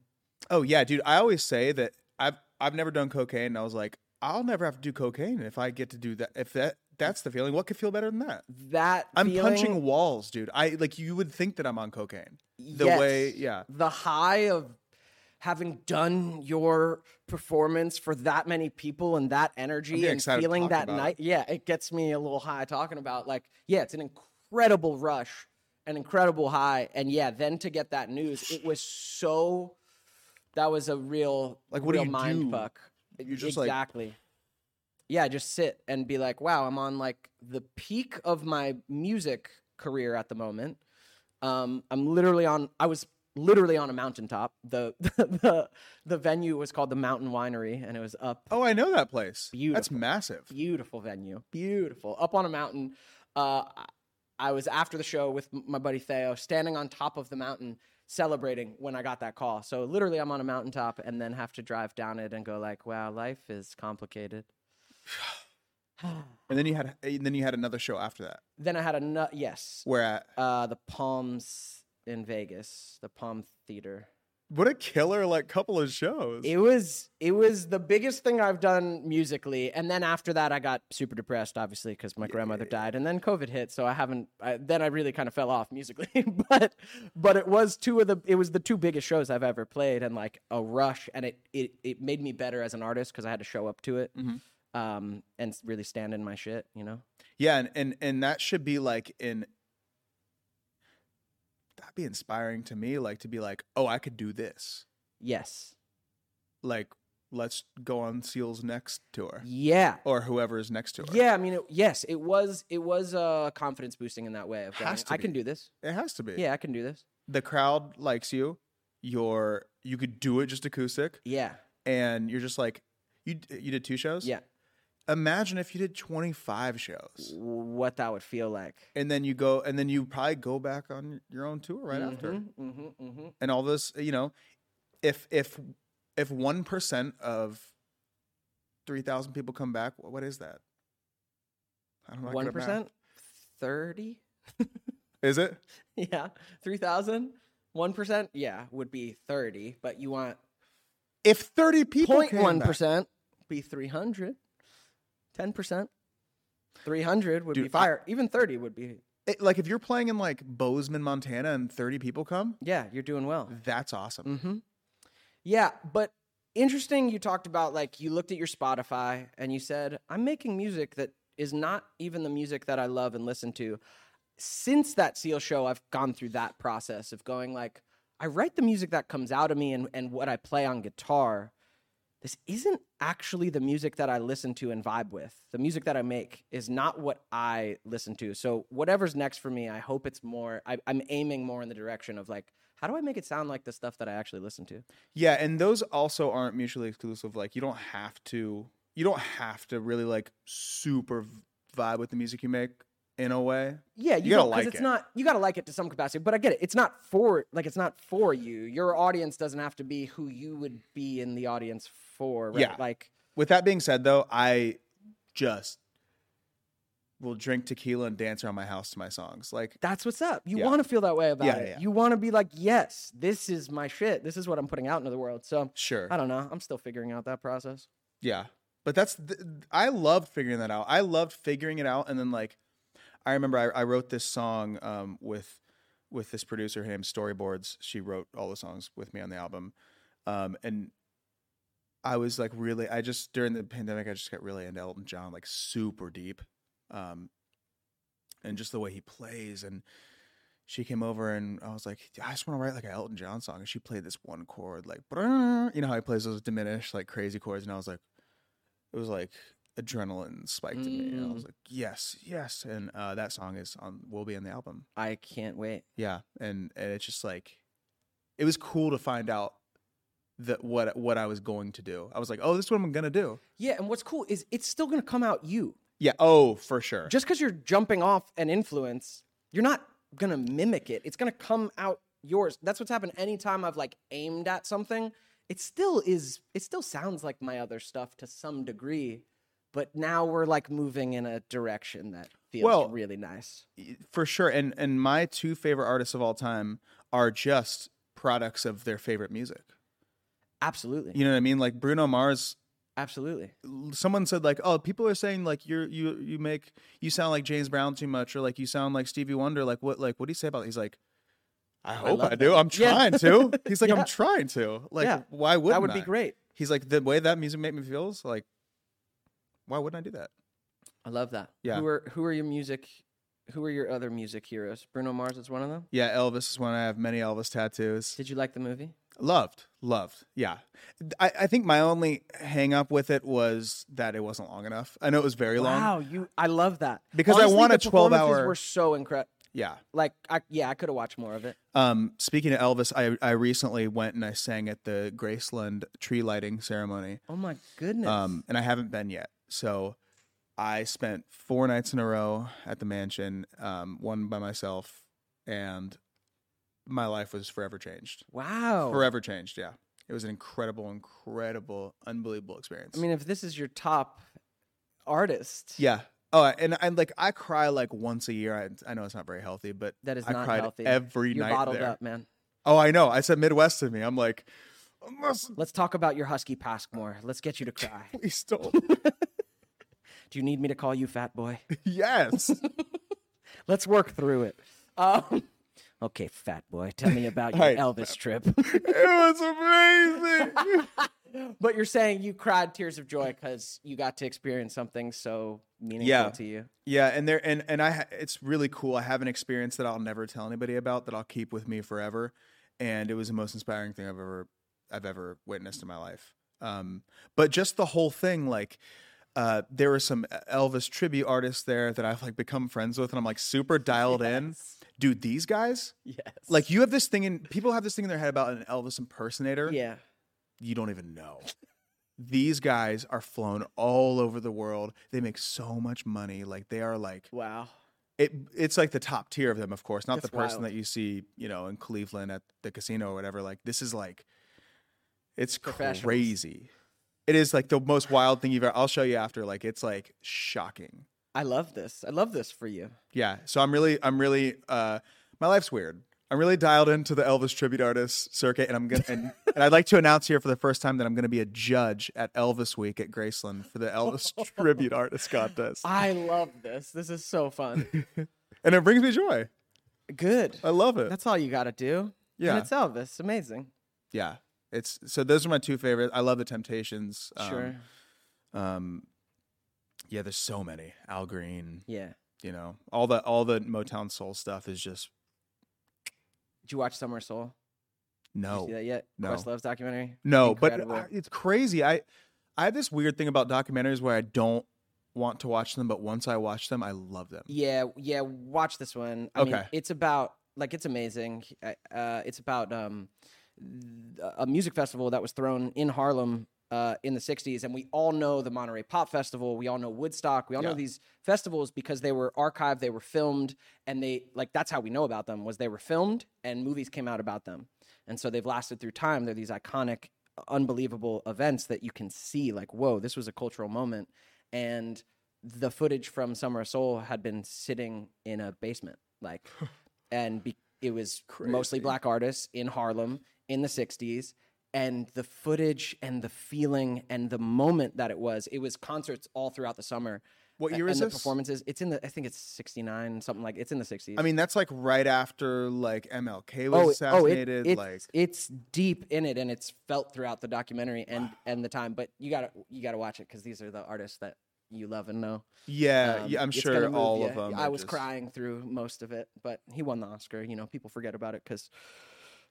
Oh yeah, dude. I always say that I've I've never done cocaine, and I was like, I'll never have to do cocaine if I get to do that. If that that's the feeling, what could feel better than that? That I'm feeling, punching walls, dude. I like you would think that I'm on cocaine. the way- yes, yeah. The high of having done your performance for that many people and that energy getting and excited to feeling talk that about it. night. Yeah, it gets me a little high talking about like, yeah, it's an incredible rush, an incredible high. And yeah, then to get that news, it was so that was a real Like, what do real you mind do? fuck. You're just like- exactly. yeah, just sit and be like, wow, I'm on like the peak of my music career at the moment. Um, I'm literally on. I was literally on a mountaintop. The, the the the venue was called the Mountain Winery, and it was up Oh, I know that place. That's Beautiful. massive. beautiful venue, beautiful up on a mountain. Uh, I- I was after the show with m- my buddy Theo, standing on top of the mountain celebrating when I got that call. So literally, I'm on a mountaintop, and then have to drive down it and go like, "Wow, life is complicated." And then you had and then you had another show after that. Then I had a nu- yes, Where at? uh, the Palms in Vegas, the Palm Theater. What a killer like couple of shows. It was it was the biggest thing I've done musically, and then after that, I got super depressed, obviously, because my grandmother died, and then COVID hit, so I haven't. I, then I really kind of fell off musically, but but it was two of the it was the two biggest shows I've ever played, and like a rush, and it it it made me better as an artist because I had to show up to it, Mm-hmm. um, and really stand in my shit, you know. yeah, and, and and that should be like in that'd be inspiring to me, like to be like, oh, I could do this. Yes, Like, let's go on Seal's next tour. yeah, Or whoever's next tour. yeah. I mean, it, yes, it was it was uh, confidence boosting in that way of going, Has to I can be. do this. It has to be. Yeah, I can do this. The crowd likes you. You're you could do it just acoustic. Yeah, And you're just like you you did two shows? yeah. Imagine if you did twenty five shows. what that would feel like. and then you go and then you probably go back on your own tour right Mm-hmm, after and all this you know if if if 1% of 3000 people come back wh- what is that i don't know I One couldn't math. percent, thirty. is it Yeah, three thousand. One percent. Yeah, would be thirty. But you want if 30 people point came one back- percent be three hundred. Ten percent. Three hundred would be Dude, I- fire. Even thirty would be. it- like if you're playing in like bozeman montana and 30 people come Yeah, you're doing well. that's awesome Mm. Mm-hmm. Yeah, but interesting. You talked about like you looked at your Spotify and you said, "I'm making music that is not even the music that I love and listen to." Since that Seal show, I've gone through that process of going like, I write the music that comes out of me and, and what I play on guitar. This isn't actually the music that I listen to and vibe with. The music that I make is not what I listen to. So whatever's next for me, I hope it's more. I, I'm aiming more in the direction of like, how do I make it sound like the stuff that I actually listen to? Yeah, and those also aren't mutually exclusive. Like you don't have to you don't have to really like super v- vibe with the music you make in a way. Yeah, you, don't- gotta 'cause like it's it. Not you gotta like it to some capacity, but I get it. It's not for like it's not for you. Your audience doesn't have to be who you would be in the audience for. Right? Yeah. like With that being said though, I just will drink tequila and dance around my house to my songs. Like that's what's up. You Yeah. want to feel that way about Yeah, it. yeah. You want to be like, yes, this is my shit. This is what I'm putting out into the world. So Sure. I don't know. I'm still figuring out that process. yeah. But that's th- I loved figuring that out. I loved figuring it out and then like I remember I, I wrote this song um, with with this producer her named Storyboards. She wrote all the songs with me on the album, um, and I was like really. I just during the pandemic, I just got really into Elton John, like super deep, um, and just the way he plays. And she came over and I was like, I just want to write like an Elton John song. And she played this one chord, like brrrr. you know how he plays those diminished, like crazy chords. And I was like, it was like adrenaline spiked in me. And I was like, yes, yes. And uh, that song is on will be on the album. I can't wait. Yeah, and and it's just like it was cool to find out that what what I was going to do. I was like, oh, this is what I'm gonna do. Yeah, and what's cool is it's still gonna come out you. Yeah. Oh, for sure. Just because you're jumping off an influence, you're not gonna mimic it. It's gonna come out yours. That's what's happened anytime I've like aimed at something. It still is it still sounds like my other stuff to some degree, but now we're like moving in a direction that feels Well- really nice. for sure. And and my two favorite artists of all time are just products of their favorite music. Absolutely. You know what I mean? Like Bruno Mars. Absolutely. Someone said like, oh, people are saying like you're you you make you sound like James Brown too much, or like you sound like Stevie Wonder. Like what like what do you say about? It? He's like. I hope I, love do. that. I'm Yeah. trying to. He's like, Yeah. I'm trying to. Like, Yeah. why wouldn't That would be I? great. He's like, the way that music made me feel is like, why wouldn't I do that? I love that. Yeah. Who are who are your music who are your other music heroes? Bruno Mars is one of them. Yeah, Elvis is one. I have many Elvis tattoos. Did you like the movie? Loved, loved. Yeah. I, I think my only hang up with it was that it wasn't long enough. I know it was very long. Wow, you! I love that Because I want the a 12 performances hour- Were so incredible. Yeah. Like, I, yeah, I could have watched more of it. Um, speaking of Elvis, I, I recently went and I sang at the Graceland tree lighting ceremony. Oh my goodness. Um, and I haven't been yet. So I spent four nights in a row at the mansion, um, one by myself, and my life was forever changed. wow. Forever changed, yeah. It was an incredible, incredible, unbelievable experience. I mean, if this is your top artist, yeah. Oh, and and like I cry like once a year. I, I know it's not very healthy, but that is I not cried healthy. every You're night bottled there. up, man. Oh, I know. I said Midwest to me. I'm like, unless Let's talk about your husky pasque more. Let's get you to cry. please don't. Do you need me to call you fat boy? yes. Let's work through it. Um, okay, fat boy, tell me about your All right, Elvis trip. it was amazing. but you're saying you cried tears of joy because you got to experience something so meaningful Yeah. to you. yeah, and there and and I ha- it's really cool. I have an experience that I'll never tell anybody about that I'll keep with me forever, and it was the most inspiring thing I've ever I've ever witnessed in my life. Um, but just the whole thing, like. Uh, there were some Elvis tribute artists there that I've like become friends with, and I'm like super dialed in, dude. These guys, Yes. like you have this thing in people have this thing in their head about an Elvis impersonator. yeah. you don't even know. These guys are flown all over the world. They make so much money. Like they are like Wow. it. It's like the top tier of them, of course. Not That's the person wild. that you see, you know, in Cleveland at the casino or whatever. Like this is like, it's Professionals. crazy. It is like the most wild thing you've ever. I'll show you after. Like it's like shocking. I love this. I love this for you. Yeah. So I'm really, I'm really, uh, my life's weird. I'm really dialed into the Elvis tribute artist circuit, and I'm gonna. And, and I'd like to announce here for the first time that I'm gonna be a judge at Elvis Week at Graceland for the Elvis tribute artist contest, I love this. This is so fun. and it brings me joy. Good. I love it. That's all you got to do. Oh, Yeah. And it's Elvis. Amazing. yeah. It's so those are my two favorite. I love the Temptations. Um, Sure. Yeah. There's so many. Al Green. Yeah. You know, all the all the Motown soul stuff is just Did you watch Summer Soul? Did you see no, that yet? No. Quest Love's documentary? no. Incredible. But I, it's crazy. I I have this weird thing about documentaries where I don't want to watch them, but once I watch them, I love them. Yeah, yeah. Watch this one. I mean, Okay. it's about like it's amazing. I- Uh, it's about um, th- a music festival that was thrown in Harlem uh, in the '60s, and we all know the Monterey Pop Festival. We all know Woodstock. We all know Yeah. these festivals because they were archived, they were filmed, and they like that's how we know about them was they were filmed and movies came out about them, and so they've lasted through time. They're these iconic, unbelievable events that you can see like, whoa, this was a cultural moment, and the footage from Summer of Soul had been sitting in a basement, like, and be, it was mostly black artists in Harlem in the '60s. And the footage and the feeling and the moment that it was, it was concerts all throughout the summer. What a- year is and this? The performances, it's in the, I think it's 69, something like, it's in the 60s. I mean, that's like right after like MLK was oh, it- oh, it- assassinated. it's, like, it's deep in it and it's felt throughout the documentary and, and the time, but you gotta, you gotta watch it. Cause these are the artists that you love and know. yeah, Uh, yeah, Um, I'm it's gonna sure move all ya. of them. I are was just- crying through most of it, but he won the Oscar. You know, people forget about it because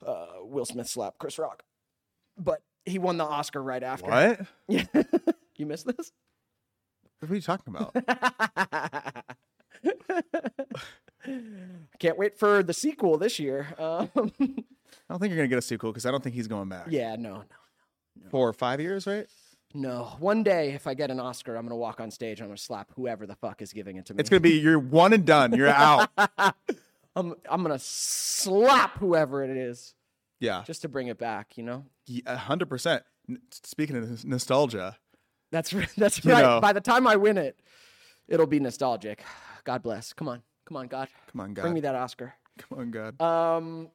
uh, Will Smith slapped Chris Rock, but he won the Oscar right after. What? What Yeah, you missed this. are you talking about? Can't wait for the sequel this year. Um, I don't think you're gonna get a sequel because I don't think he's going back. yeah, no, no, four or five years, right? no. One day, if I get an Oscar, I'm gonna walk on stage and I'm gonna slap whoever the fuck is giving it to me. It's gonna be you're one and done. You're out. I'm, I'm gonna slap whoever it is Yeah, just to bring it back. You know. Yeah, a hundred percent. N- Speaking of nos- nostalgia, That's r- that's You right. know. By the time I win it, it'll be nostalgic. God bless. Come on, come on, God. come on, God. Bring me that Oscar. Come on, God. Um,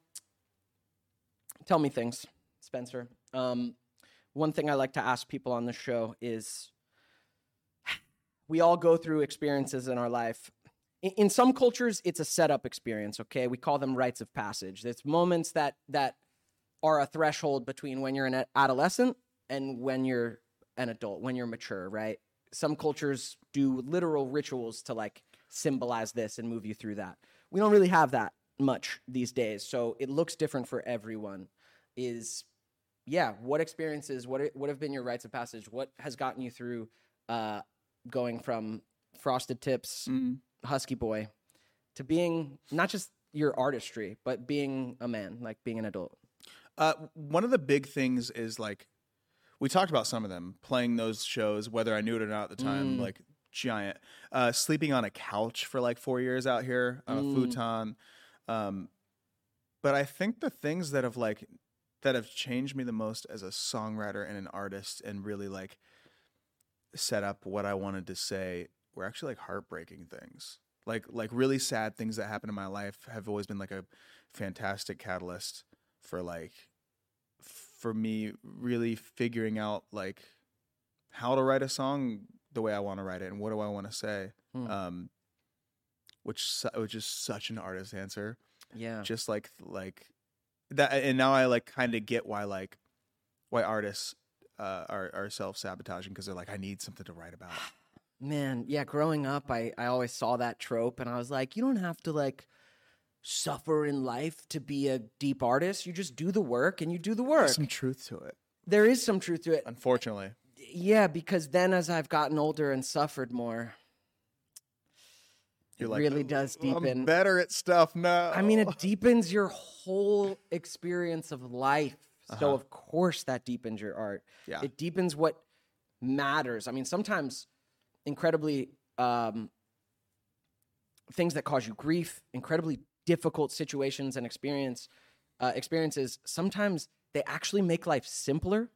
tell me things, Spencer. Um, one thing I like to ask people on the show is we all go through experiences in our life. In, in some cultures, it's a setup experience, okay? We call them rites of passage. It's moments that that are a threshold between when you're an adolescent and when you're an adult, when you're mature, right? Some cultures do literal rituals to like symbolize this and move you through that. We don't really have that much these days, so it looks different for everyone. Is yeah, what experiences, what are- what have been your rites of passage? What has gotten you Mm. through uh, going from frosted tips, husky boy, to being not just your artistry, but being a man, like being an adult? Uh, one of the big things is like we talked about some of them playing those shows, whether I knew it or not at the Mm. time. Like giant, uh, sleeping on a couch for like four years out here on a futon. Um, but I think the things that have like that have changed me the most as a songwriter and an artist, and really like set up what I wanted to say, were actually like heartbreaking things. Like like really sad things that happened in my life have always been like a fantastic catalyst for like for me really figuring out like how to write a song the way I want to write it and what do I want to say. Hmm. Um, which su- which is such an artist answer. Yeah. Just like like that, and now I like kind of get why like why artists uh, are are self sabotaging because they're like I need something to write about. Man, yeah, growing up, I, I always saw that trope and I was like, you don't have to like suffer in life to be a deep artist. You just do the work and you do the work. Some truth to it, there is some truth to it. unfortunately. Yeah, because then as I've gotten older and suffered more, You're it like really does I'm deepen. better at stuff now. I mean, it deepens your whole experience of life. So, of course, that deepens your art. Yeah. It deepens what matters. I mean, sometimes incredibly um, things that cause you grief, incredibly difficult situations and experience uh, experiences. Sometimes they actually make life simpler.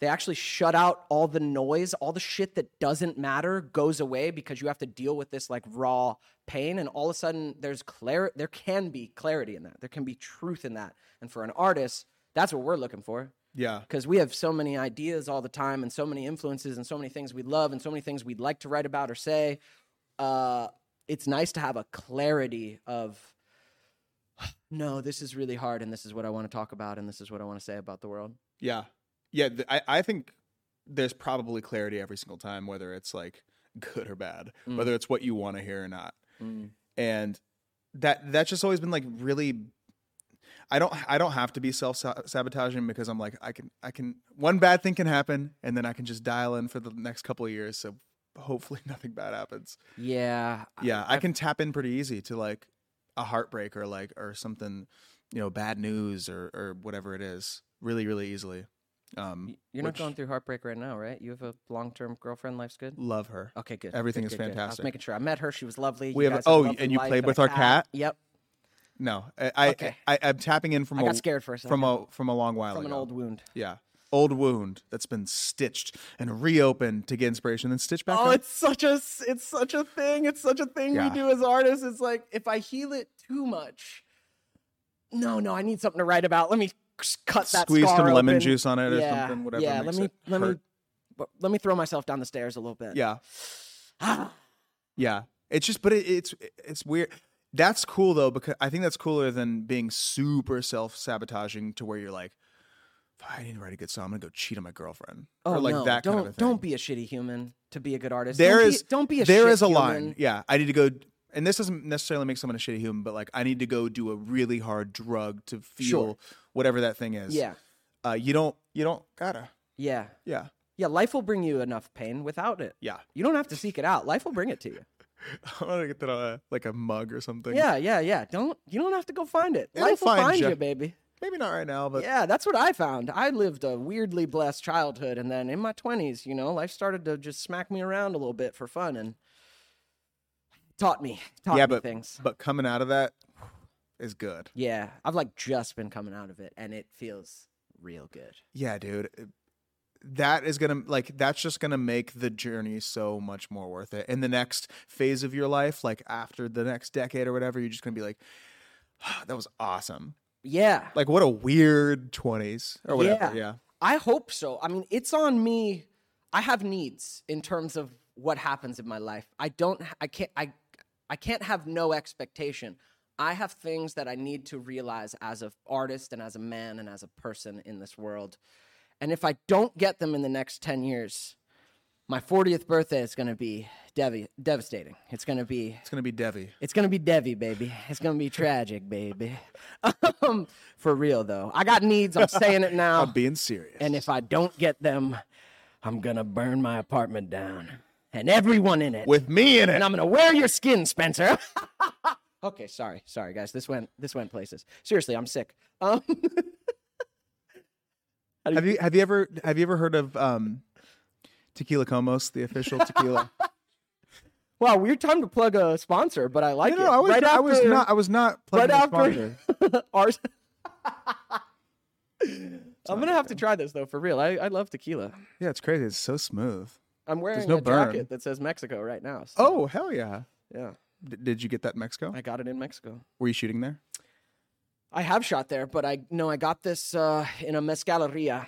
They actually shut out all the noise, all the shit that doesn't matter goes away because you have to deal with this like raw pain, and all of a sudden there's clar- There can be clarity in that. There can be truth in that. And for an artist, that's what we're looking for yeah, because we have so many ideas all the time and so many influences and so many things we love and so many things we'd like to write about or say uh, it's nice to have a clarity of no this is really hard and this is what i want to talk about and this is what i want to say about the world Yeah. Yeah. Th- I, I think there's probably clarity every single time, whether it's like good or bad, Mm. whether it's what you want to hear or not. And that that's just always been like really I don't I don't have to be self sabotaging because I'm like I can I can one bad thing can happen and then I can just dial in for the next couple of years so hopefully nothing bad happens. yeah Yeah, I can tap in pretty easy to like a heartbreak or like or something, you know, bad news or or whatever it is, really really easily. Um, you're not which- going through heartbreak right now right you have a long-term girlfriend life's good love her. okay good Everything good, good, is good. i was fantastic. making sure i met her she was lovely We You have- guys a oh, lovely and you life played with a our cat? yep No, I, I, Okay. I, I am tapping in from I a got scared for a from a from a long while from an ago. old wound yeah old wound that's been stitched and reopened to get inspiration, then stitched back. Oh, up. it's such a s- it's such a thing. It's such a thing Yeah. we do as artists. It's like if I heal it too much, no, no, I need something to write about. Let me s- cut that. Squeeze scar some lemon open. juice on it or yeah, something, whatever Yeah, makes let me it let me hurt. but let me throw myself down the stairs a little bit. Oh, Yeah. yeah. It's just, but it, it's it's weird. That's cool though because I think that's cooler than being super self sabotaging to where you're like, I need to write a good song. I'm gonna go cheat on my girlfriend Oh or like no! that don't kind of a thing. don't be a shitty human to be a good artist. There don't is be, don't be a there shit is a human. line. Yeah, I need to go, and this doesn't necessarily make someone a shitty human, but like I need to go do a really hard drug to feel Sure. whatever that thing is. Yeah, uh, you don't you don't gotta. yeah, Yeah, yeah. Life will bring you enough pain without it. Yeah. you don't have to seek it out. Life will bring it to you. I want to get that on a, like a mug or something. Yeah, yeah, yeah. Don't you don't have to go find it. It'll Life will find find ya. you, baby. maybe not right now, but Yeah, that's what I found. I lived a weirdly blessed childhood, and then in my twenties, you know, life started to just smack me around a little bit for fun and taught me, taught yeah, me but things. but coming out of that is good. Yeah, I've like just been coming out of it, and it feels real good. Yeah, dude. That is gonna like that's just gonna make the journey so much more worth it. In the next phase of your life, like after the next decade or whatever, you're just gonna be like, "Ah, that was awesome. Yeah, Like what a weird twenties or whatever. Yeah. I hope so. I mean, it's on me. I have needs in terms of what happens in my life. I don't I can't I I can't have no expectation. I have things that I need to realize as an artist and as a man and as a person in this world. And if I don't get them in the next 10 years, my 40th birthday is going to be devi- devastating. It's going to be It's gonna be Devi. it's gonna be Devi, baby. It's gonna be tragic, baby. um, for real though, I got needs. I'm saying it now. I'm being serious. And if I don't get them, I'm gonna burn my apartment down and everyone in it. with me in it. and I'm gonna wear your skin, Spencer. Okay, sorry, sorry, guys. This went this went places. Seriously, I'm sick. Um, Have you have you ever have you ever heard of um, Tequila Comos, the official tequila? wow, weird time to plug a sponsor, but I like no, no, it. no, I was, right I after, was not I was not right plugging a sponsor. after ours. I'm gonna have to try this though, for real. I, I love tequila. Yeah, it's crazy. It's so smooth. I'm wearing no a jacket burn. that says Mexico right now. So, Oh hell yeah! yeah, D- did you get that in Mexico? I got it in Mexico. Were you shooting there? I have shot there, but I no, I got this uh, in a mezcaleria.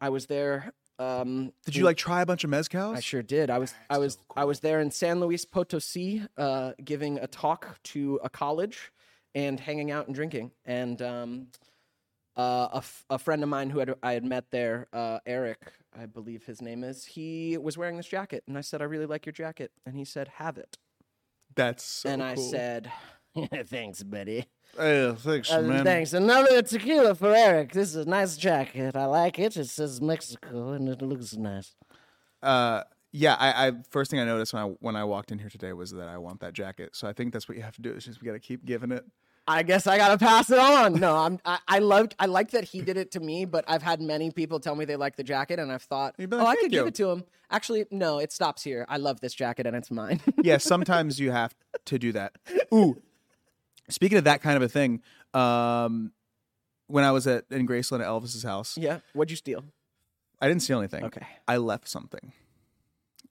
I was there. Um, Did you like try a bunch of mezcals? I sure did. I was I was I was there in San Luis Potosi, uh, giving a talk to a college, and hanging out and drinking. And um, uh, a, f- a friend of mine who had, I had met there, uh, Eric, I believe his name is. He was wearing this jacket, and I said, "I really like your jacket," and he said, "Have it." That's so and cool. I said, "Thanks, buddy." "Oh, thanks, Uh, man." Thanks. Another tequila for Eric. This is a nice jacket. I like it. It says Mexico and it looks nice. Uh, yeah, I, I first thing I noticed when I when I walked in here today was that I want that jacket. So I think that's what you have to do. Is just we got to keep giving it. I guess I gotta pass it on. No, I'm. I, I loved. I liked that he did it to me, but I've had many people tell me they like the jacket, and I've thought, You'd be oh, like, I "Thank could give you." it to him. Actually, no, it stops here. I love this jacket, and it's mine. yeah, sometimes you have to do that. Ooh, speaking of that kind of a thing, um, when I was at in Graceland at Elvis's house, yeah. What'd you steal? I didn't steal anything. Okay. I left something.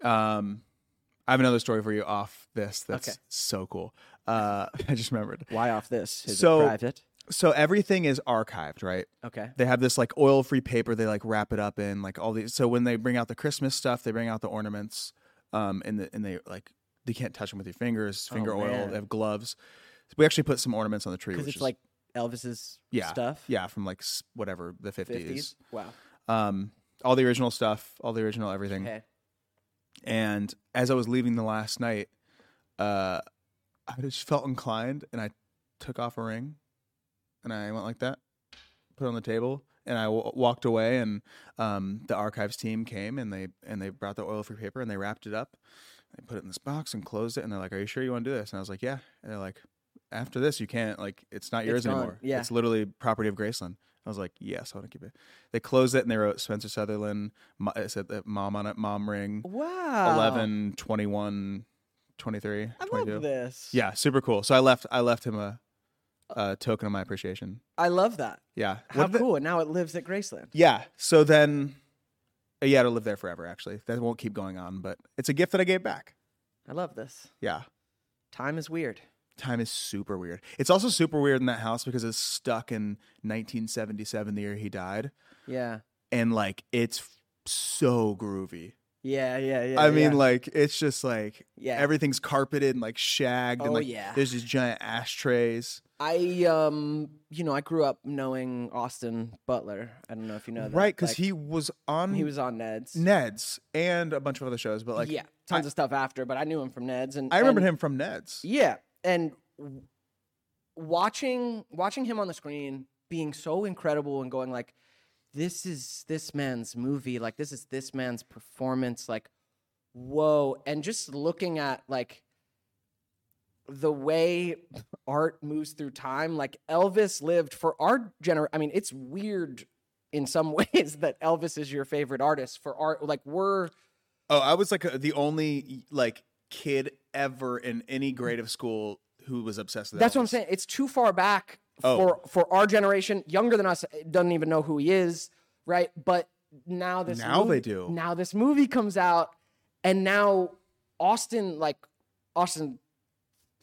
Um, I have another story for you off this. That's Okay. so cool. Uh, I just remembered. Why off this? Is So- it private? So everything is archived, right? Okay. They have this like oil-free paper. They like wrap it up in like all these. So when they bring out the Christmas stuff, they bring out the ornaments, um, and the, and they like they can't touch them with your fingers. Finger oil. Oh, man. They have gloves. We actually put some ornaments on the tree, Because which it's is like Elvis's yeah, stuff. yeah, from like s- whatever the Fifties. fifties. Wow. Um, all the original stuff, all the original everything. Okay. And as I was leaving the last night, uh, I just felt inclined, and I took off a ring, and I went like that, put it on the table, and I w- walked away. And um, the archives team came, and they and they brought the oil-free paper, and they wrapped it up, they put it in this box, and closed it. And they're like, "Are you sure you want to do this?" And I was like, "Yeah." And they're like, "After this, you can't like it's not yours gone, anymore. yeah. It's literally property of Graceland." I was like, "Yes, I want to keep it." They closed it, and they wrote Spencer Sutherland. mo- It said that mom on it, mom ring. Wow. 11 21 23 Oh. I love 22 this. yeah super cool so i left i left him a, a token of my appreciation I love that. yeah How What the- cool! and now it lives at Graceland. yeah so then uh, yeah it'll live there forever actually that won't keep going on but it's a gift that i gave back I love this. yeah Time is weird. time is super weird it's also super weird in that house because it's stuck in 1977 the year he died Yeah. and like it's f- so groovy Yeah. Yeah. Yeah. I mean, yeah. like it's just like Yeah. everything's carpeted and like shagged, Oh, and like yeah. there's these giant ashtrays. I um you know I grew up knowing Austin Butler. I don't know if you know that. right, because Like, he was on he was on Ned's. Ned's and a bunch of other shows, but like yeah, tons of stuff after, but I knew him from Ned's and I remember and- him from Ned's. Yeah, and w- watching watching him on the screen being so incredible and going like this is this man's movie, like this is this man's performance, like whoa, and just looking at like the way art moves through time like elvis lived for our gener i mean it's weird in some ways that elvis is your favorite artist for art like we're Oh, I was like a, the only like kid ever in any grade of school who was obsessed with. that's what i'm Elvis. saying it's too far back Oh. for for our generation younger than us doesn't even know who he is right but now this Now they movie- do. now this movie comes out and now austin like austin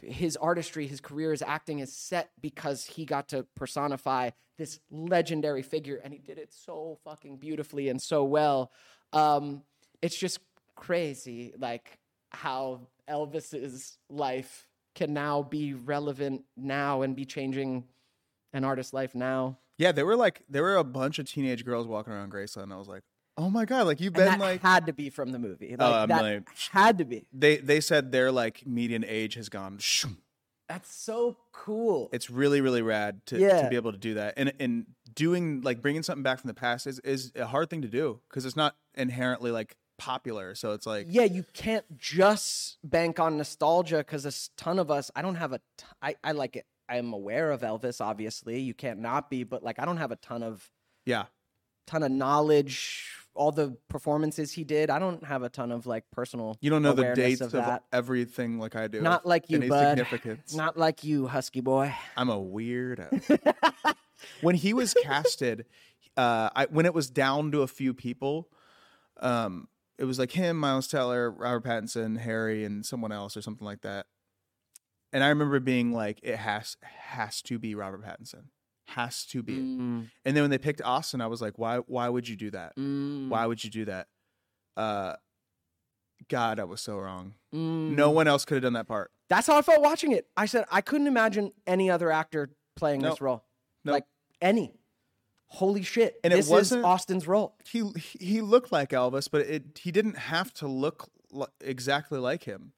his artistry, his career as acting is set because he got to personify this legendary figure, and he did it so fucking beautifully and so well. Um, it's just crazy, like how Elvis's life can now be relevant now and be changing an artist's life now. Yeah, there were like there were a bunch of teenage girls walking around Graceland. And I was like, oh my god, like you've And been that like. had to be from the movie. Like, Oh, I'm that like- had to be. they they said their like median age has gone. shoom. That's so cool. It's really really rad to, Yeah. to be able to do that, and and doing like bringing something back from the past is is a hard thing to do because it's not inherently like popular. So it's like yeah, you can't just bank on nostalgia because a ton of us. I don't have a. T- I I like it. I am aware of Elvis. Obviously, you can't not be, but like I don't have a ton of yeah. ton of knowledge. All the performances he did, I don't have a ton of like personal. You don't know the awareness dates of of, that. everything like I do. Not of like you, any bud. significance. Not like you, husky boy. I'm a weirdo. when he was casted, uh, I, when it was down to a few people, um, it was like him, Miles Teller, Robert Pattinson, Harry, and someone else or something like that. And I remember being like, it has has to be Robert Pattinson, has to be. Mm. And then when they picked Austin, I was like, why why would you do Mm. that? Why would you do that? Uh, God, I was so wrong. mm. No one else could have done that part. That's how I felt watching it. I said I couldn't imagine any other actor playing this Nope. role. Nope. Like any. Holy shit. And it this is wasn't- Austin's role. he he looked like Elvis, but it he didn't have to look li- exactly like him.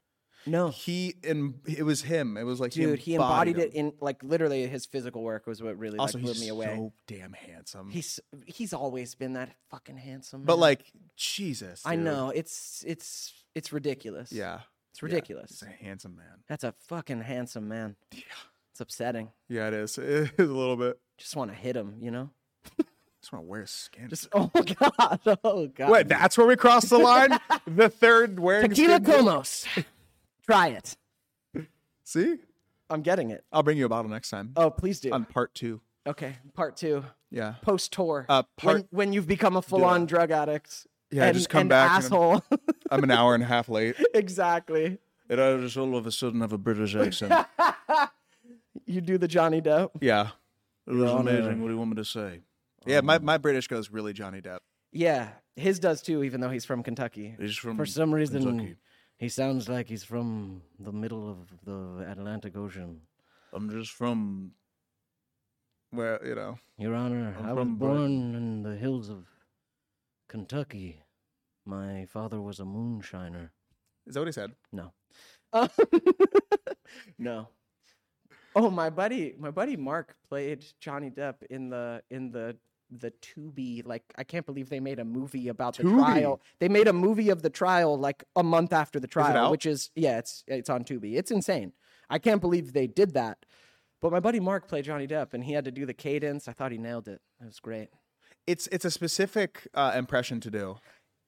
No. He and it was him. It was like Dude, he embodied it him. in like literally his physical work was what really also, like, blew he's me away. so damn handsome. He's he's always been that fucking handsome. but man. like Jesus, I dude. know it's it's it's ridiculous. Yeah, It's ridiculous. He's a handsome man. That's a fucking handsome man. Yeah. It's upsetting. Yeah, it is. It is a little bit. Just want to hit him, you know? Just want to wear his skin. Just oh god. Oh god. Wait, that's where we cross the line. the third wearing Tequila skin- Comos. Try it. See, I'm getting it. I'll bring you a bottle next time Oh, please do. on part two. okay, part two, Yeah, post tour. Uh, part- when, when you've become a full on drug addict. Yeah, and, just come and back and- Asshole. I'm an hour and a half late, exactly. and I just all of a sudden have a British accent. You do the Johnny Depp. Yeah. It was amazing. What do you want me to say? Um, Yeah, my, my British goes really Johnny Depp. Yeah, his does too, even though he's from Kentucky. He's from For some reason, Kentucky. he sounds like he's from the middle of the Atlantic Ocean. I'm just from where, you know. Your Honor, I'm I was from born in the hills of Kentucky. My father was a moonshiner. Is that what he said? No. Oh. no. Oh, my buddy, my buddy Mark played Johnny Depp in the in the the Tubi. Like, I can't believe they made a movie about the Tubi? trial. They made a movie of the trial like a month after the trial, out? which is yeah, it's it's on Tubi. It's insane. I can't believe they did that. But my buddy Mark played Johnny Depp, and he had to do the cadence. I thought he nailed it. It was great. It's it's a specific uh, impression to do.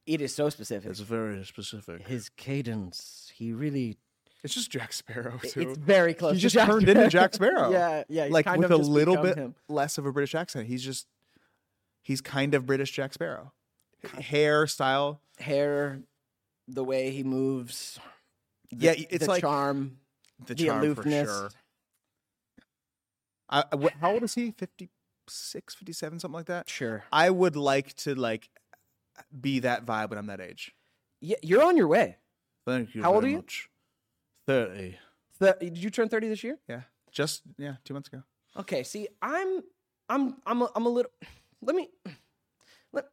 It is so specific. very specific. His cadence, he really It's just Jack Sparrow, too. It's very close. he to just Jack turned Sparrow. into Jack Sparrow. yeah, yeah. he's Like kind with of a just little become bit him. less of a British accent. He's just, he's kind of British Jack Sparrow. Hair, style. hair, the way he moves. yeah, it's the like charm. the the charm aloofness. for sure. I, I- wh- how old is he? 56, 57, something like that. Sure. I would like to like be that vibe when I'm that age. Yeah, you're on your way. Thank you. How old very are you? Thirty. Th- did you turn thirty this year? Yeah, just yeah, two months ago. Okay. See, I'm, I'm, I'm, a, I'm a little. Let me. Let,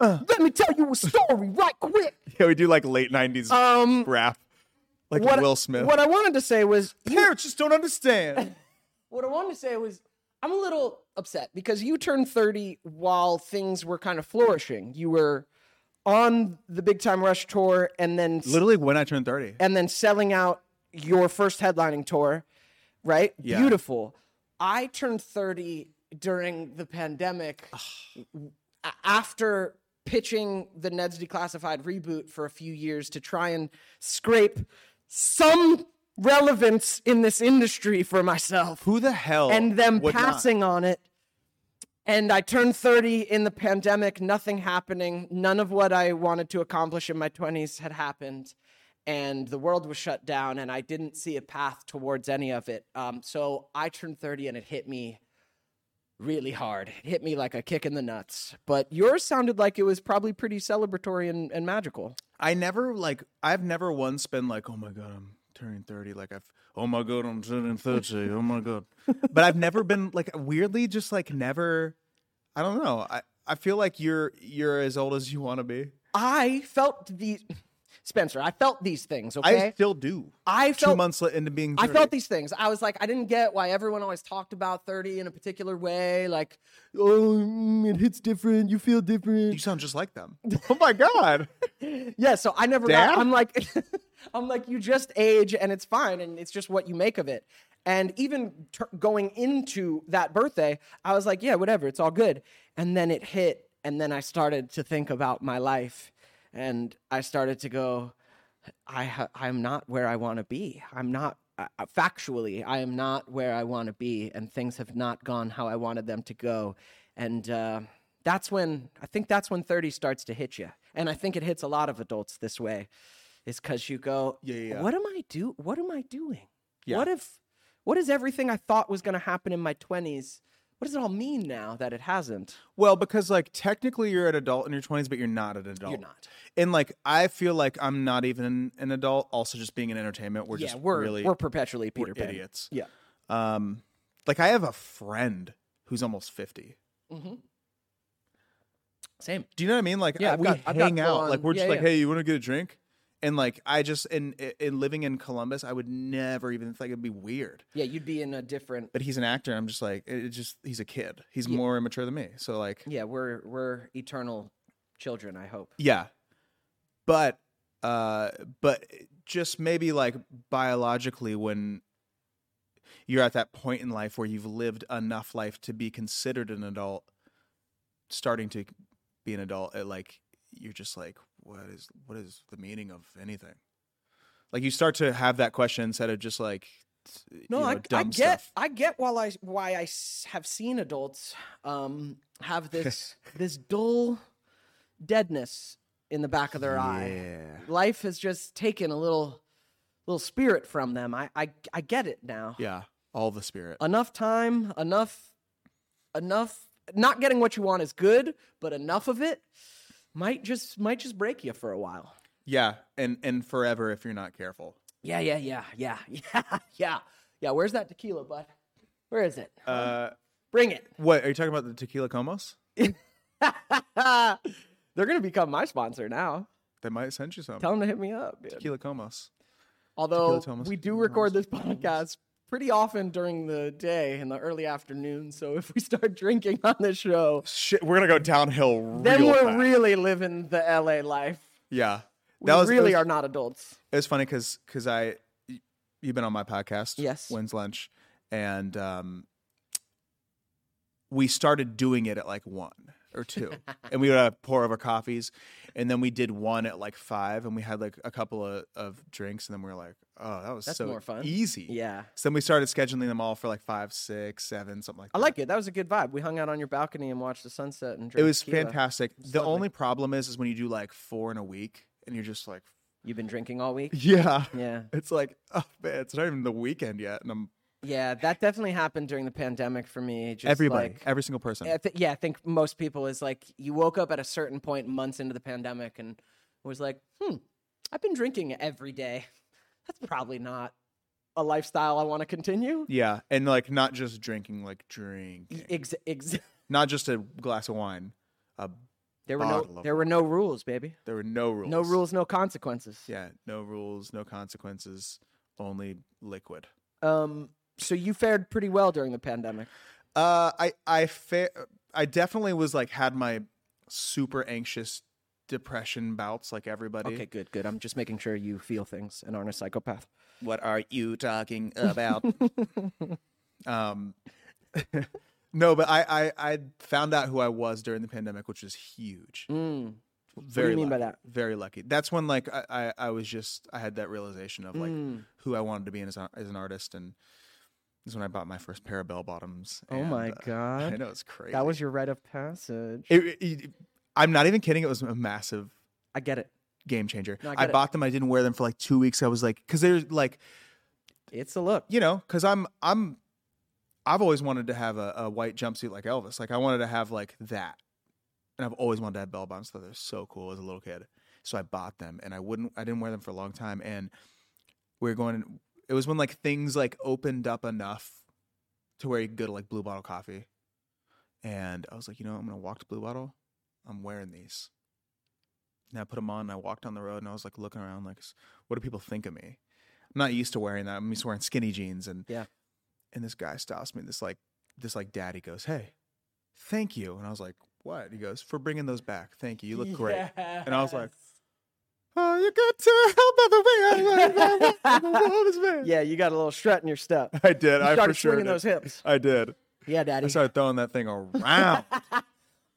Uh. let me tell you a story right quick. Yeah, we do like late '90s Um, rap, like what I- Will Smith. What I wanted to say was Parents just don't understand. what I wanted to say was I'm a little upset because you turned 30 while things were kind of flourishing. You were on the Big Time Rush tour and then Literally, when I turned thirty, and then selling out your first headlining tour, right? Yeah. Beautiful. I turned 30 during the pandemic a- after pitching the Ned's Declassified reboot for a few years to try and scrape some relevance in this industry for myself who the hell and them would not? passing on it. And I turned 30 in the pandemic, nothing happening. None of what I wanted to accomplish in my 20s had happened. And the world was shut down, and I didn't see a path towards any of it. Um, so I turned 30 and it hit me really hard. It hit me like a kick in the nuts. But yours sounded like it was probably pretty celebratory and, and magical. I never like I've never once been like, oh my god, I'm turning thirty. Like I've oh my god, I'm turning thirty. Oh my god. But I've never been like weirdly just like never. I don't know. I I feel like you're you're as old as you want to be. I felt the Spencer, I felt these things. I Okay, still do. I Two felt- months li- into being, I 30. felt these things. I was like, I didn't get why everyone always talked about 30 in a particular way. Like, oh, mm, it hits different. You feel You different. sound just like them. Oh my god! Yeah. So I never Dad? got, I'm like, I'm like, you just age and it's fine. And it's just what you make of it. And even tur going into that birthday, I was like, yeah, whatever. It's all good. And then it hit. And then I started to think about my life. And I started to go, I ha- I'm not where I want to be. I'm not uh, uh, factually. I am not where I want to be, and things have not gone how I wanted them to go. And uh, that's when I think that's when 30 starts to hit you. And I think it hits a lot of adults this way, is because you go, Yeah, yeah, yeah. What am I do? What am I doing? Yeah. What if? What is everything I thought was going to happen in my 20s? What does it all mean now that it hasn't? Well, because like technically you're an adult in your 20s, but you're not an adult. You're not. And like I feel like I'm not even an adult. Also, just being in entertainment, we're Yeah, just we're really we're perpetually Peter Pan. idiots. Yeah. Um, like I have a friend who's almost 50. Mm-hmm. Same. Do you know what I mean? Like Yeah, I- I've we got- I've got hang out. full-on- Like we're just yeah, like, yeah. hey, you want to get a drink? And like I just in in living in Columbus, I would never even think it'd be weird. Yeah, you'd be in a different But he's an actor. And I'm just like, it, it just he's a kid. He's more immature than me. So like, Yeah, we're we're eternal children, I hope. Yeah. But uh but just maybe like biologically when you're at that point in life where you've lived enough life to be considered an adult starting to be an adult it, like you're just like what is what is the meaning of anything like you start to have that question instead of just like you No, know, I, I dumb get stuff. I get while I why I s- have seen adults um have this this dull deadness in the back of their eye. Life has just taken a little little spirit from them. I I, I get it now. yeah all the spirit Enough time, enough enough not getting what you want is good, but enough of it might just might just break you for a while. yeah and and forever if you're not careful Yeah, yeah, yeah, yeah, yeah, yeah, yeah. Where's that tequila, bud? Where is it? uh Bring it. what are you talking about the tequila comos They're gonna become my sponsor now. They might send you some. Tell them to hit me up. dude. Tequila Comos. Although tequila, Thomas. we do record this podcast pretty often during the day in the early afternoon, so if we start drinking on the show, Shit, we're gonna go downhill real then we're fast. really living the LA life. yeah. We That was really it was, are not adults. It was funny because because I y- you've been on my podcast. Yes. When's lunch? And um, we started doing it at like one or two, and we would have pour over coffees, and then we did one at like five, and we had like a couple of, of drinks, and then we were like, oh, that was That's so more fun. easy. Yeah. So then we started scheduling them all for like five, six, seven, something like I that. like it. That was a good vibe. We hung out on your balcony and watched the sunset and drank It was tequila. fantastic. the only problem is, is when you do like four in a week, and you're just like, You've been drinking all week. yeah, Yeah. It's like, oh man, it's not even the weekend yet, and I'm Yeah, that definitely happened during the pandemic for me. Just everybody, like- every single person. I th- yeah, I think most people is like you woke up at a certain point months into the pandemic and was like, hmm, I've been drinking every day. That's probably not a lifestyle I want to continue. yeah, and like not just drinking, like drink, Ex- ex- not just a glass of wine. Uh, there were Bottle no of there were no rules, baby. there were no rules. No rules, no consequences. Yeah, no rules, no consequences, only liquid. Um, so you fared pretty well during the pandemic. Uh, I I fa- I definitely was like had my super anxious depression bouts like everybody. Okay, good, good. I'm just making sure you feel things and aren't a psychopath. What are you talking about? um, no, but I, I I found out who I was during the pandemic, which was huge. Mm. Very mean by lucky. that? Very lucky. That's when like I, I, I was just I had that realization of like Mm. who I wanted to be in as, an- as an artist, and this is when I bought my first pair of bell bottoms. uh, Oh my God. I know it's crazy. That was your rite of passage. It, it- I'm not even kidding. It was a massive I get it. game changer. No, I I, get it. bought them. I didn't wear them for like two weeks. I was like, because they're like It's a look. you know, because I'm I'm I've always wanted to have a, a white jumpsuit like Elvis. Like I wanted to have like that, and I've always wanted to have bell bottoms. So they're so cool as a little kid. So I bought them, and I wouldn't I didn't wear them for a long time. And we were going. It was when like things like opened up enough to where you could go to like Blue Bottle Coffee, and I was like, you know, I'm gonna walk to Blue Bottle. I'm wearing these. And I put them on and I walked down the road and I was like looking around, like, what do people think of me? I'm not used to wearing that. I'm used to wearing skinny jeans. And Yeah. and this guy stops me. This like this like daddy goes, hey, thank you. And I was like, what? He goes, for bringing those back. Thank you. You look great. And I was like, oh, you got to help by the way. I love this man. yeah, you got a little strut in your step. I did. You I started for sure swinging did. those hips. I did. Yeah, daddy. I started throwing that thing around.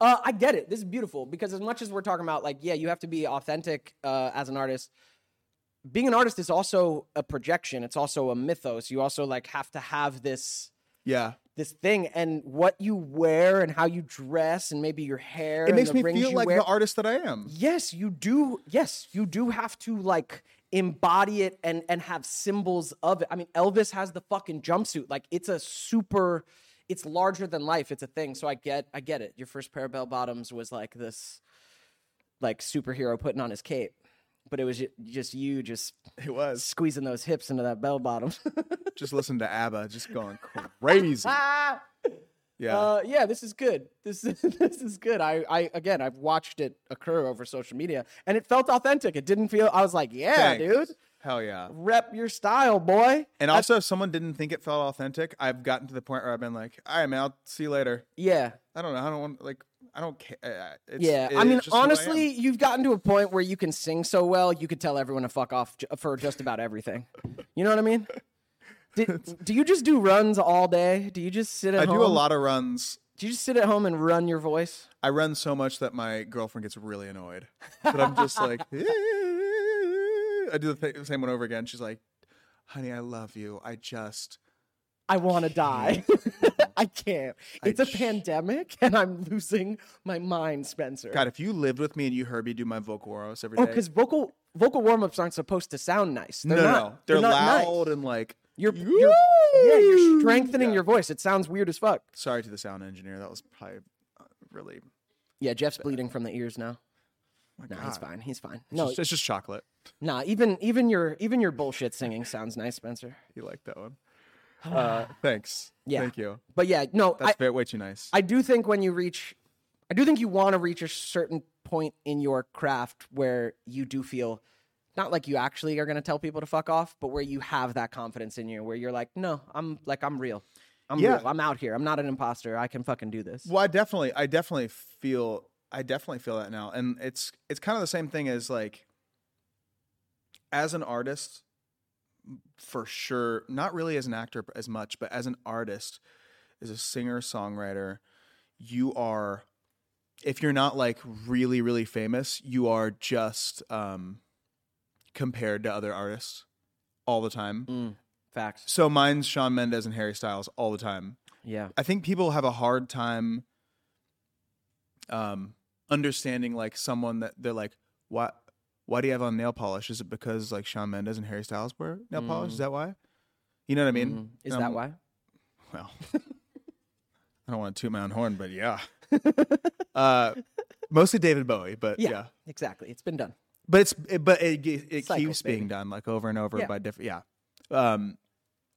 Uh, I get it. This is beautiful because as much as we're talking about, like, yeah, you have to be authentic uh, as an artist. Being an artist is also a projection. It's also a mythos. You also like have to have this yeah. this thing and what you wear and how you dress and maybe your hair. It and makes the me rings feel you like wear. the artist that I am. Yes, you do. Yes, you do have to like embody it and and have symbols of it. I mean, Elvis has the fucking jumpsuit. Like it's a super it's larger than life. It's a thing. So I get I get it. Your first pair of bell bottoms was like this like superhero putting on his cape. But it was ju- just you just It was. squeezing those hips into that bell bottom. Just listen to ABBA just going crazy. ah! Yeah. Uh, yeah, this is good. This is this is good. I, I again, I've watched it occur over social media, and it felt authentic. It didn't feel. I was like, yeah, Thanks. dude, Hell yeah. rep your style, boy. And also, if someone didn't think it felt authentic, I've gotten to the point where I've been like, "All right, man, I'll see you later." Yeah, I don't know. I don't want like. I don't care. It's, yeah. it I is mean, just who I am. honestly, you've gotten to a point where you can sing so well, you could tell everyone to fuck off ju- for just about everything. You know what I mean? Did, do you just do runs all day? Do you just sit at I home? do a lot of runs. Do you just sit at home and run your voice? I run so much that my girlfriend gets really annoyed. But I'm just like, I do the th- same one over again. She's like, "Honey, I love you. I just." I want to die. I can't. It's a pandemic, and I'm losing my mind, Spencer. God, if you lived with me and you heard me do my vocal warms every day, Oh, because vocal vocal warm ups aren't supposed to sound nice. They're no, no, not. no, they're, not nice. loud and like You're, you're yeah, you're strengthening Yeah. your voice. It sounds weird as fuck. Sorry to the sound engineer. That was probably uh, really. Yeah, Jeff's bleeding from the ears now. My No, God. he's fine. He's fine. No, It's just- it's just chocolate. nah. Even even your even your bullshit singing sounds nice, Spencer. You like that one. Uh, thanks. Yeah. Thank you. But yeah, no, That's I, very, way too nice. I do think when you reach, I do think you want to reach a certain point in your craft where you do feel not like you actually are going to tell people to fuck off, but where you have that confidence in you, where you're like, no, I'm like, I'm real. I'm Yeah. real. I'm out here. I'm not an imposter. I can fucking do this. well, I definitely, I definitely feel, I definitely feel that now, and it's, it's kind of the same thing as like, as an artist, for sure. Not really as an actor as much, but as an artist, as a singer songwriter, you are. If you're not like really, really famous, you are just um, compared to other artists all the time. Mm, Facts. So mine's Sean Mendes and Harry Styles all the time. Yeah. I think people have a hard time um understanding like someone that they're like, why why do you have on nail polish? Is it because like Sean Mendes and Harry Styles wear nail Mm. polish? Is that why? You know what I mean? Is And that I'm- why? Well, I don't want to toot my own horn, but yeah. uh, mostly David Bowie, but Yeah, yeah. Exactly. It's been done. But it's it, but it ge- it Cycles, keeps being baby. done like over and over Yeah. by different yeah. Um,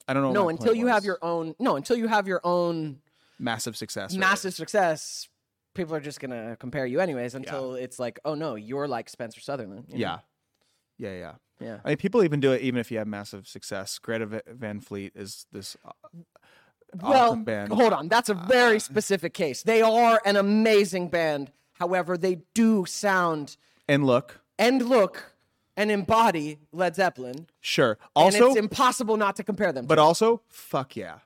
I don't know. what No, my until point you have was. your own. No, until you have your own massive success. or massive success. People are just gonna compare you anyways until it's like, oh no, you're like Spencer Sutherland. you know? Yeah. Yeah, yeah. Yeah. I mean, people even do it even if you have massive success. Greta Va- Van Fleet is this uh, Well, awesome band. Uh. hold on. That's a very specific case. They are an amazing band. However, they do sound And look, and look and embody Led Zeppelin. sure. And Also, it's impossible not to compare them. but also, fuck yeah.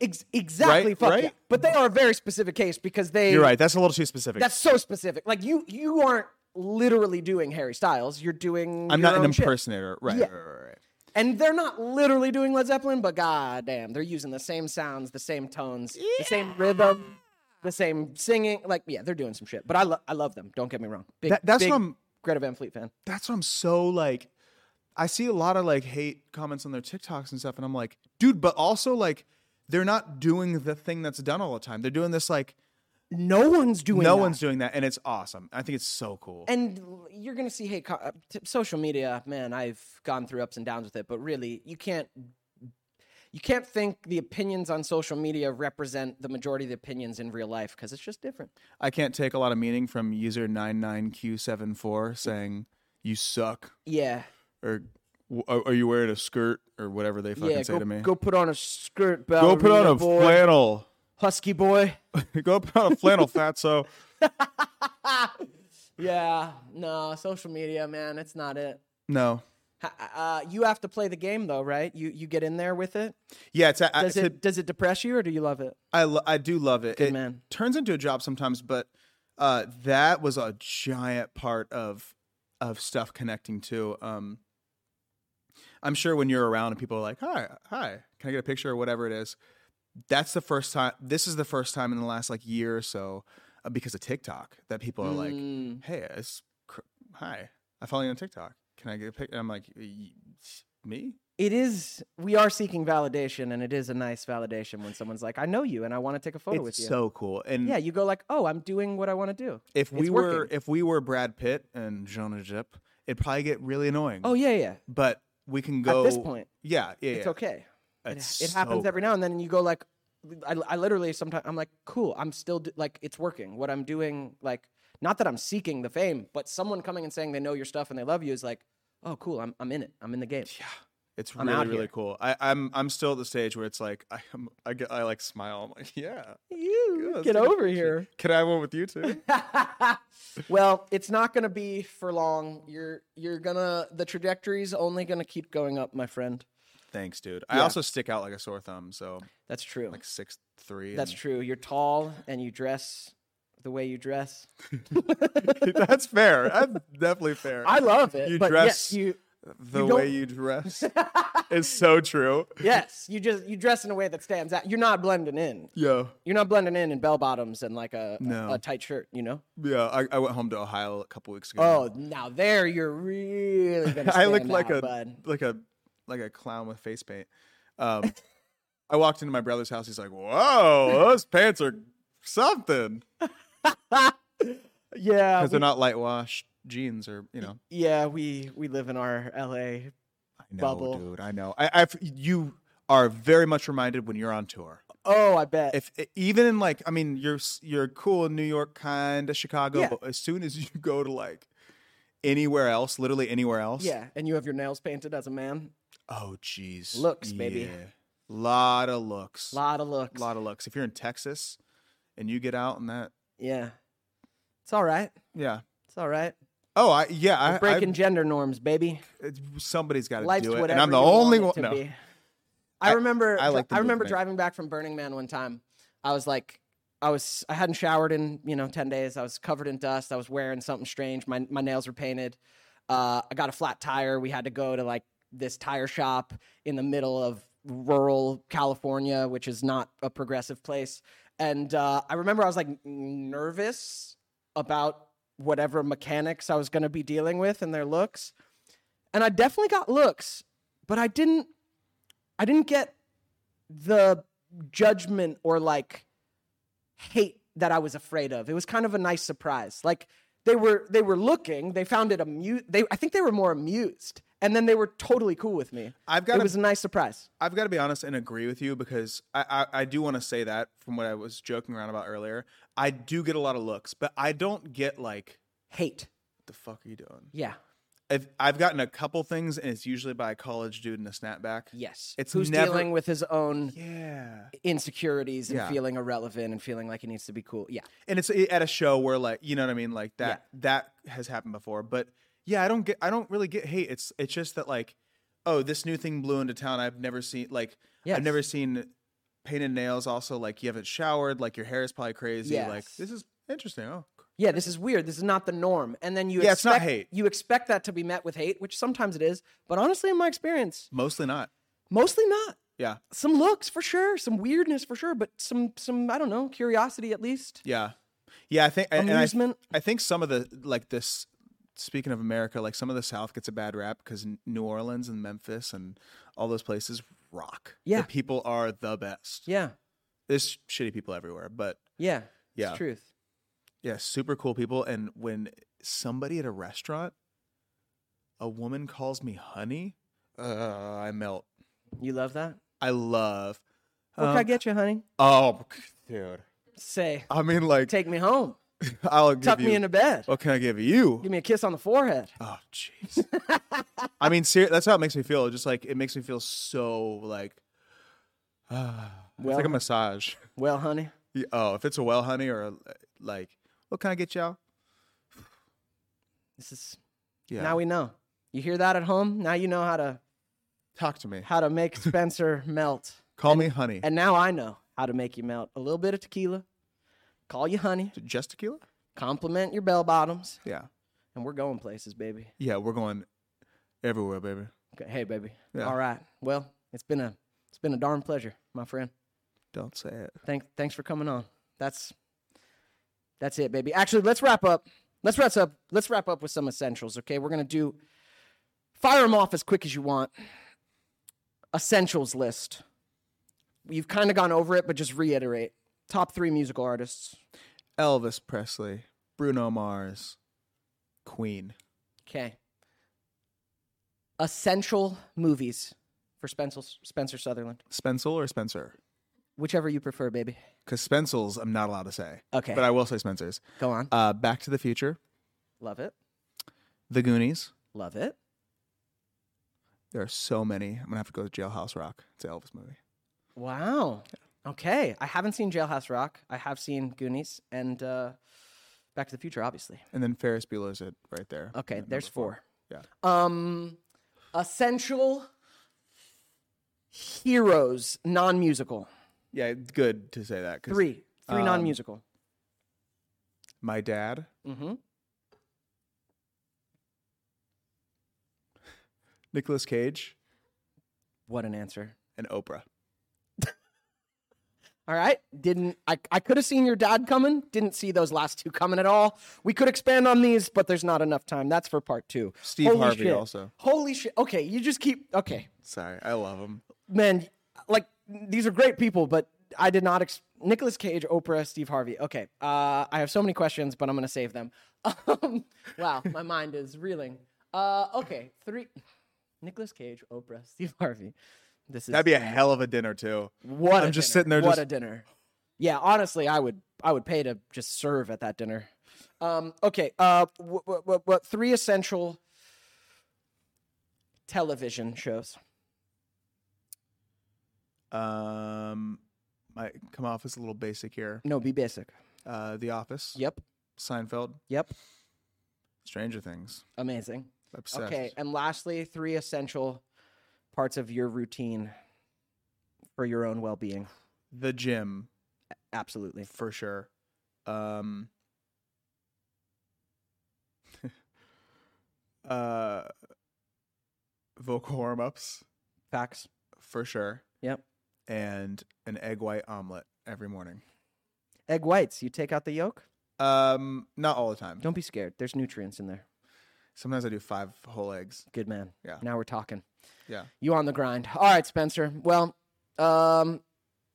Ex- exactly, Right, fuck right? yeah. But they are a very specific case because they. You're right. That's a little too specific. That's so specific. Like you, you aren't literally doing Harry Styles. You're doing. I'm your not an own shit. impersonator. Right, Yeah. right, right, right. And they're not literally doing Led Zeppelin, but goddamn, they're using the same sounds, the same tones, the same rhythm, the same singing. Like, yeah, they're doing some shit. But I, lo- I love them. Don't get me wrong. Big, That- that's big what I'm- Greta Van Fleet fan. That's what I'm so like. I see a lot of like hate comments on their TikToks and stuff, and I'm like, dude, but also like, they're not doing the thing that's done all the time. They're doing this like, No one's doing. no that. one's doing that, and it's awesome. I think it's so cool. And you're gonna see hate. Co- uh, t- social media, man. I've gone through ups and downs with it, but really, you can't. you can't think the opinions on social media represent the majority of the opinions in real life because it's just different. I can't take a lot of meaning from user 99Q74 saying, you suck, Yeah. or "W- are are you wearing a skirt, or whatever they fucking Yeah. say Go, to me. go put on a skirt, Go put on ballerina a boy. flannel. husky boy. go put on a flannel, fatso. Yeah. No, social media, man, it's not it. No. Ha- Uh, you have to play the game though, right? You you get in there with it. Yeah, it's, I, Does to- it does it depress you or do you love it? I, lo- I do love it. it man. turns into a job sometimes, but uh, that was a giant part of of stuff connecting to. Um, I'm sure when you're around and people are like, "Hi, hi, can I get a picture?" or whatever it is. That's the first time. This is the first time in the last like year or so uh, because of TikTok that people are Mm. like, "Hey, it's cr- hi, I follow you on TikTok. Can I get a pic?" And I'm like, "Y- "Me? It is. We are seeking validation, and it is a nice validation when someone's like, "I know you, and I want to take a photo with It's you." so cool." And yeah, you go like, "Oh, I'm doing what I want to do." If we It's were working. if we were Brad Pitt and Jonah Jip, it'd probably get really annoying. oh yeah, yeah, but we can go this point, Yeah, yeah, it's yeah. okay. It's it happens so every now and then, and you go like, I, I literally sometimes I'm like, "Cool, I'm still do- like it's working. What I'm doing, like, not that I'm seeking the fame, but someone coming and saying they know your stuff and they love you is like, oh, cool, I'm I'm in it. I'm in the game. It's I'm really out really here. cool. I, I'm I'm still at the stage where it's like I am, I get I like smile. I'm like yeah, You yeah, let's get take a over picture. here. Can I have one with you too? Well, it's not going to be for long. You're you're gonna the trajectory's only going to keep going up, my friend. Thanks, dude. I also stick out like a sore thumb, so That's true. like six three. That's true. You're tall and you dress the way you dress. true. That's fair. That's definitely fair. I love it. You but yes, dress- you the you don't- way you dress is so true. yes, you just you dress in a way that stands out. You're not blending in. Yo, You're not blending in in bell bottoms and like a, a- No. a, tight shirt, you know? yeah. I, I went home to Ohio a couple weeks ago. Oh, now there you're really going to I look like a bud. like a like a clown with face paint. Um, I walked into my brother's house. He's like, "Whoa, those pants are something." Yeah, Because Uh, we, they're not light wash jeans, or you know. yeah, we we live in our LA I know, Bubble. dude. I know. I, I've you are very much reminded when you're on tour. Oh, I bet. If e, even in like, I mean, you're s- you're cool in New York, kind of Chicago, Yeah. but as soon as you go to like anywhere else, literally anywhere else, yeah, and you have your nails painted as a man. Oh, jeez, Looks, baby. Lot of looks. Lot of looks. a lot of looks. If you're in Texas and you get out and that, Yeah. It's all right. yeah. It's all right. Oh, I yeah, I, Breaking gender norms, baby. I- it- somebody's got to Life's do it, whatever. and I'm the you only one. want it No, to be. I remember. I I, like the remember movement. driving back from Burning Man one time. I was like, I was. I hadn't showered in you know ten days. I was covered in dust. I was wearing something strange. My my nails were painted. Uh, I got a flat tire. We had to go to like this tire shop in the middle of rural California, which is not a progressive place. And uh, I remember I was like nervous about whatever mechanics I was going to be dealing with and their looks and I definitely got looks, but I didn't I didn't get the judgment or like hate that I was afraid of. It was kind of a nice surprise. Like they were they were looking, they found it amu they I think they were more amused and then they were totally cool with me. I've got It a- was a nice surprise. I've got to be honest and agree with you because I I, I do want to say that from what I was joking around about earlier. I do get a lot of looks, but I don't get like Hate. what the fuck are you doing? Yeah. I've I've gotten a couple things, and it's usually by a college dude in a snapback. Yes. It's Who's never- dealing with his own Yeah. insecurities and Yeah. feeling irrelevant and feeling like he needs to be cool. Yeah. and it's eh, at a show where like you know what I mean like that that has happened before but yeah I don't get I don't really get hate it's it's just that like oh this new thing blew into town I've never seen like Yes. I've never seen painted nails also like you haven't showered like your hair is probably crazy like Yes. this is interesting oh yeah, this is weird. This is not the norm. And then you Yeah, it's expect, not hate. You expect that to be met with hate, which sometimes it is. But honestly, in my experience, mostly not mostly not. yeah Some looks for sure, some weirdness for sure, but some some I don't know curiosity at least. yeah yeah I think and I- Amusement. I, think some of the like this speaking of America like some of the South gets a bad rap because New Orleans and Memphis and all those places rock Yeah. the people are the best Yeah, there's shitty people everywhere, but yeah, Yeah. It's truth. yeah, super cool people. And when somebody at a restaurant, a woman calls me honey, uh, I melt. You love that. I love. Um, What can I get you, honey? Oh, dude. Say, I mean, like, take me home. I'll give Tuck you. me into bed. what can I give you? Give me a kiss on the forehead. Oh, jeez. I mean, ser- that's how it makes me feel. Just like it makes me feel so like, Well, it's like a massage. well, honey, Y- Oh, if it's a well, honey, or a, like, what can I get y'all? this is Yeah. now we know. You hear that at home? Now you know how to talk to me. how to make Spencer melt. Call me honey. And now I know how to make you melt. A little bit of tequila. Call you honey. Just tequila? Compliment your bell bottoms. Yeah. And we're going places, baby. Yeah, we're going everywhere, baby. Okay. Hey, baby. Yeah. All right. Well, it's been a it's been a darn pleasure, my friend. Don't say it. Thanks thanks for coming on. That's that's it, baby. Actually, let's wrap up. Let's wrap up. Let's wrap up with some essentials. Okay, we're gonna do fire them off as quick as you want. Essentials list. You've kind of gone over it, but just reiterate. Top three musical artists. Elvis Presley, Bruno Mars, Queen. Okay. Essential movies for Spencer, Spencer Sutherland. Spencil or Spencer? Whichever you prefer, baby. Because Spencel's I'm not allowed to say. Okay. But I will say Spencer's. Go on. Uh, Back to the Future, Love it. The Goonies. Love it. There are so many. I'm going to have to go to Jailhouse Rock. It's an Elvis movie. Wow. Okay. I haven't seen Jailhouse Rock. I have seen Goonies and uh, Back to the Future, obviously. And then Ferris Bueller's it right there. Okay. Number There's four. Yeah. Um, essential heroes, non musical. Yeah, good to say that. 'cause Three. Three Um, non musical. My dad, Mm-hmm. Nicolas Cage, What an answer. and Oprah. All right. Didn't I? I could have seen your dad coming. Didn't see those last two coming at all. We could expand on these, but there's not enough time. That's for part two. Steve Holy Harvey shit. also. Holy shit. Okay, you just keep. Okay, Sorry, I love him. man. Like these are great people, but I did not. Ex- Nicholas Cage, Oprah, Steve Harvey. Okay. Uh, I have so many questions, but I'm gonna save them. Um, wow, my mind is reeling. Uh, okay, three. Nicholas Cage, Oprah, Steve Harvey. This is That'd be a hell of a dinner too. What I'm a just dinner. sitting there What just- a dinner. Yeah, honestly, I would I would pay to just serve at that dinner. Um, okay, uh, what, what, what, what three essential television shows? Um, might come off as a little basic here. No, be basic. Uh, The Office, Yep, Seinfeld, yep, Stranger Things. amazing. Obsessed. Okay, and lastly, three essential parts of your routine for your own well being. The gym Absolutely. for sure. Um. uh. Vocal warm ups Facts. for sure, Yep. and an egg white omelet every morning. Egg whites. You take out the yolk. Um, not all the time. Don't be scared. There's nutrients in there. Sometimes I do five whole eggs. Good man. Yeah. Now we're talking. Yeah. You on the grind. All right, Spencer. Well, um,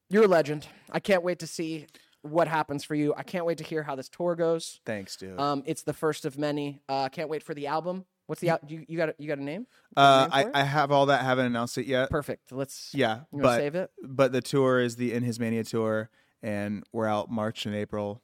you're a legend. I can't wait to see what happens for you. I can't wait to hear how this tour goes. Thanks, dude. Um, it's the first of many. Uh, can't wait for the album. What's the out? You, you got a, you got a name? Uh, name I, for it? I have all that. Haven't announced it yet. Perfect. Let's. Yeah, You wanna but save it? but the tour is the In His Mania tour, and we're out March and April,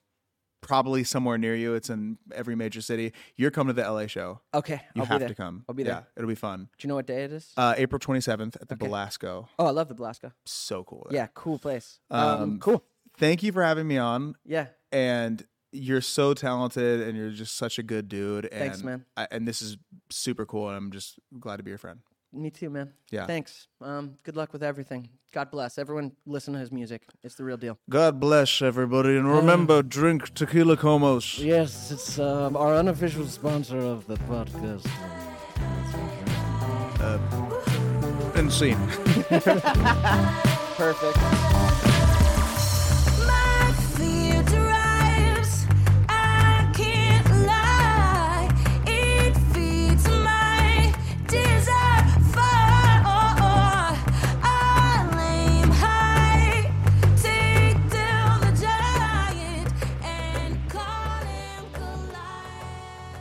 probably somewhere near you. It's in every major city. You're coming to the LA show. Okay. You I'll be have there. to come. I'll be Yeah, there. it'll be fun. Do you know what day it is? Uh, April 27th at the Belasco. oh, I love the Blasco. So cool. there. Yeah, cool place. um cool. Thank you for having me on, Yeah. and you're so talented, and you're just such a good dude. And Thanks, man. I, and this is super cool, and I'm just glad to be your friend. Me too, man. Yeah. Thanks. Um, good luck with everything. God bless. Everyone listen to his music. It's the real deal. God bless everybody, and remember, drink tequila comos. Yes, it's um, our unofficial sponsor of the podcast. and scene. Perfect. My fear drives. I can't lie. It feeds my desire I aim high, take down the giant, and call him Goliath.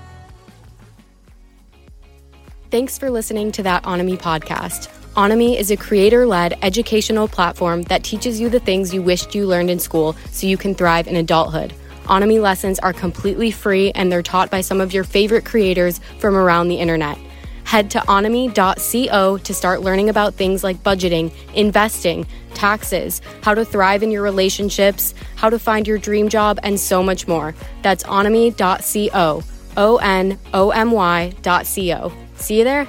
Thanks for listening to that Onami podcast. Onami is a creator led educational platform that teaches you the things you wished you learned in school so you can thrive in adulthood. Onami lessons are completely free and they're taught by some of your favorite creators from around the internet. Head to onami.co to start learning about things like budgeting, investing, taxes, how to thrive in your relationships, how to find your dream job, and so much more. That's onami.co. O N O M Y dot C O. See you there.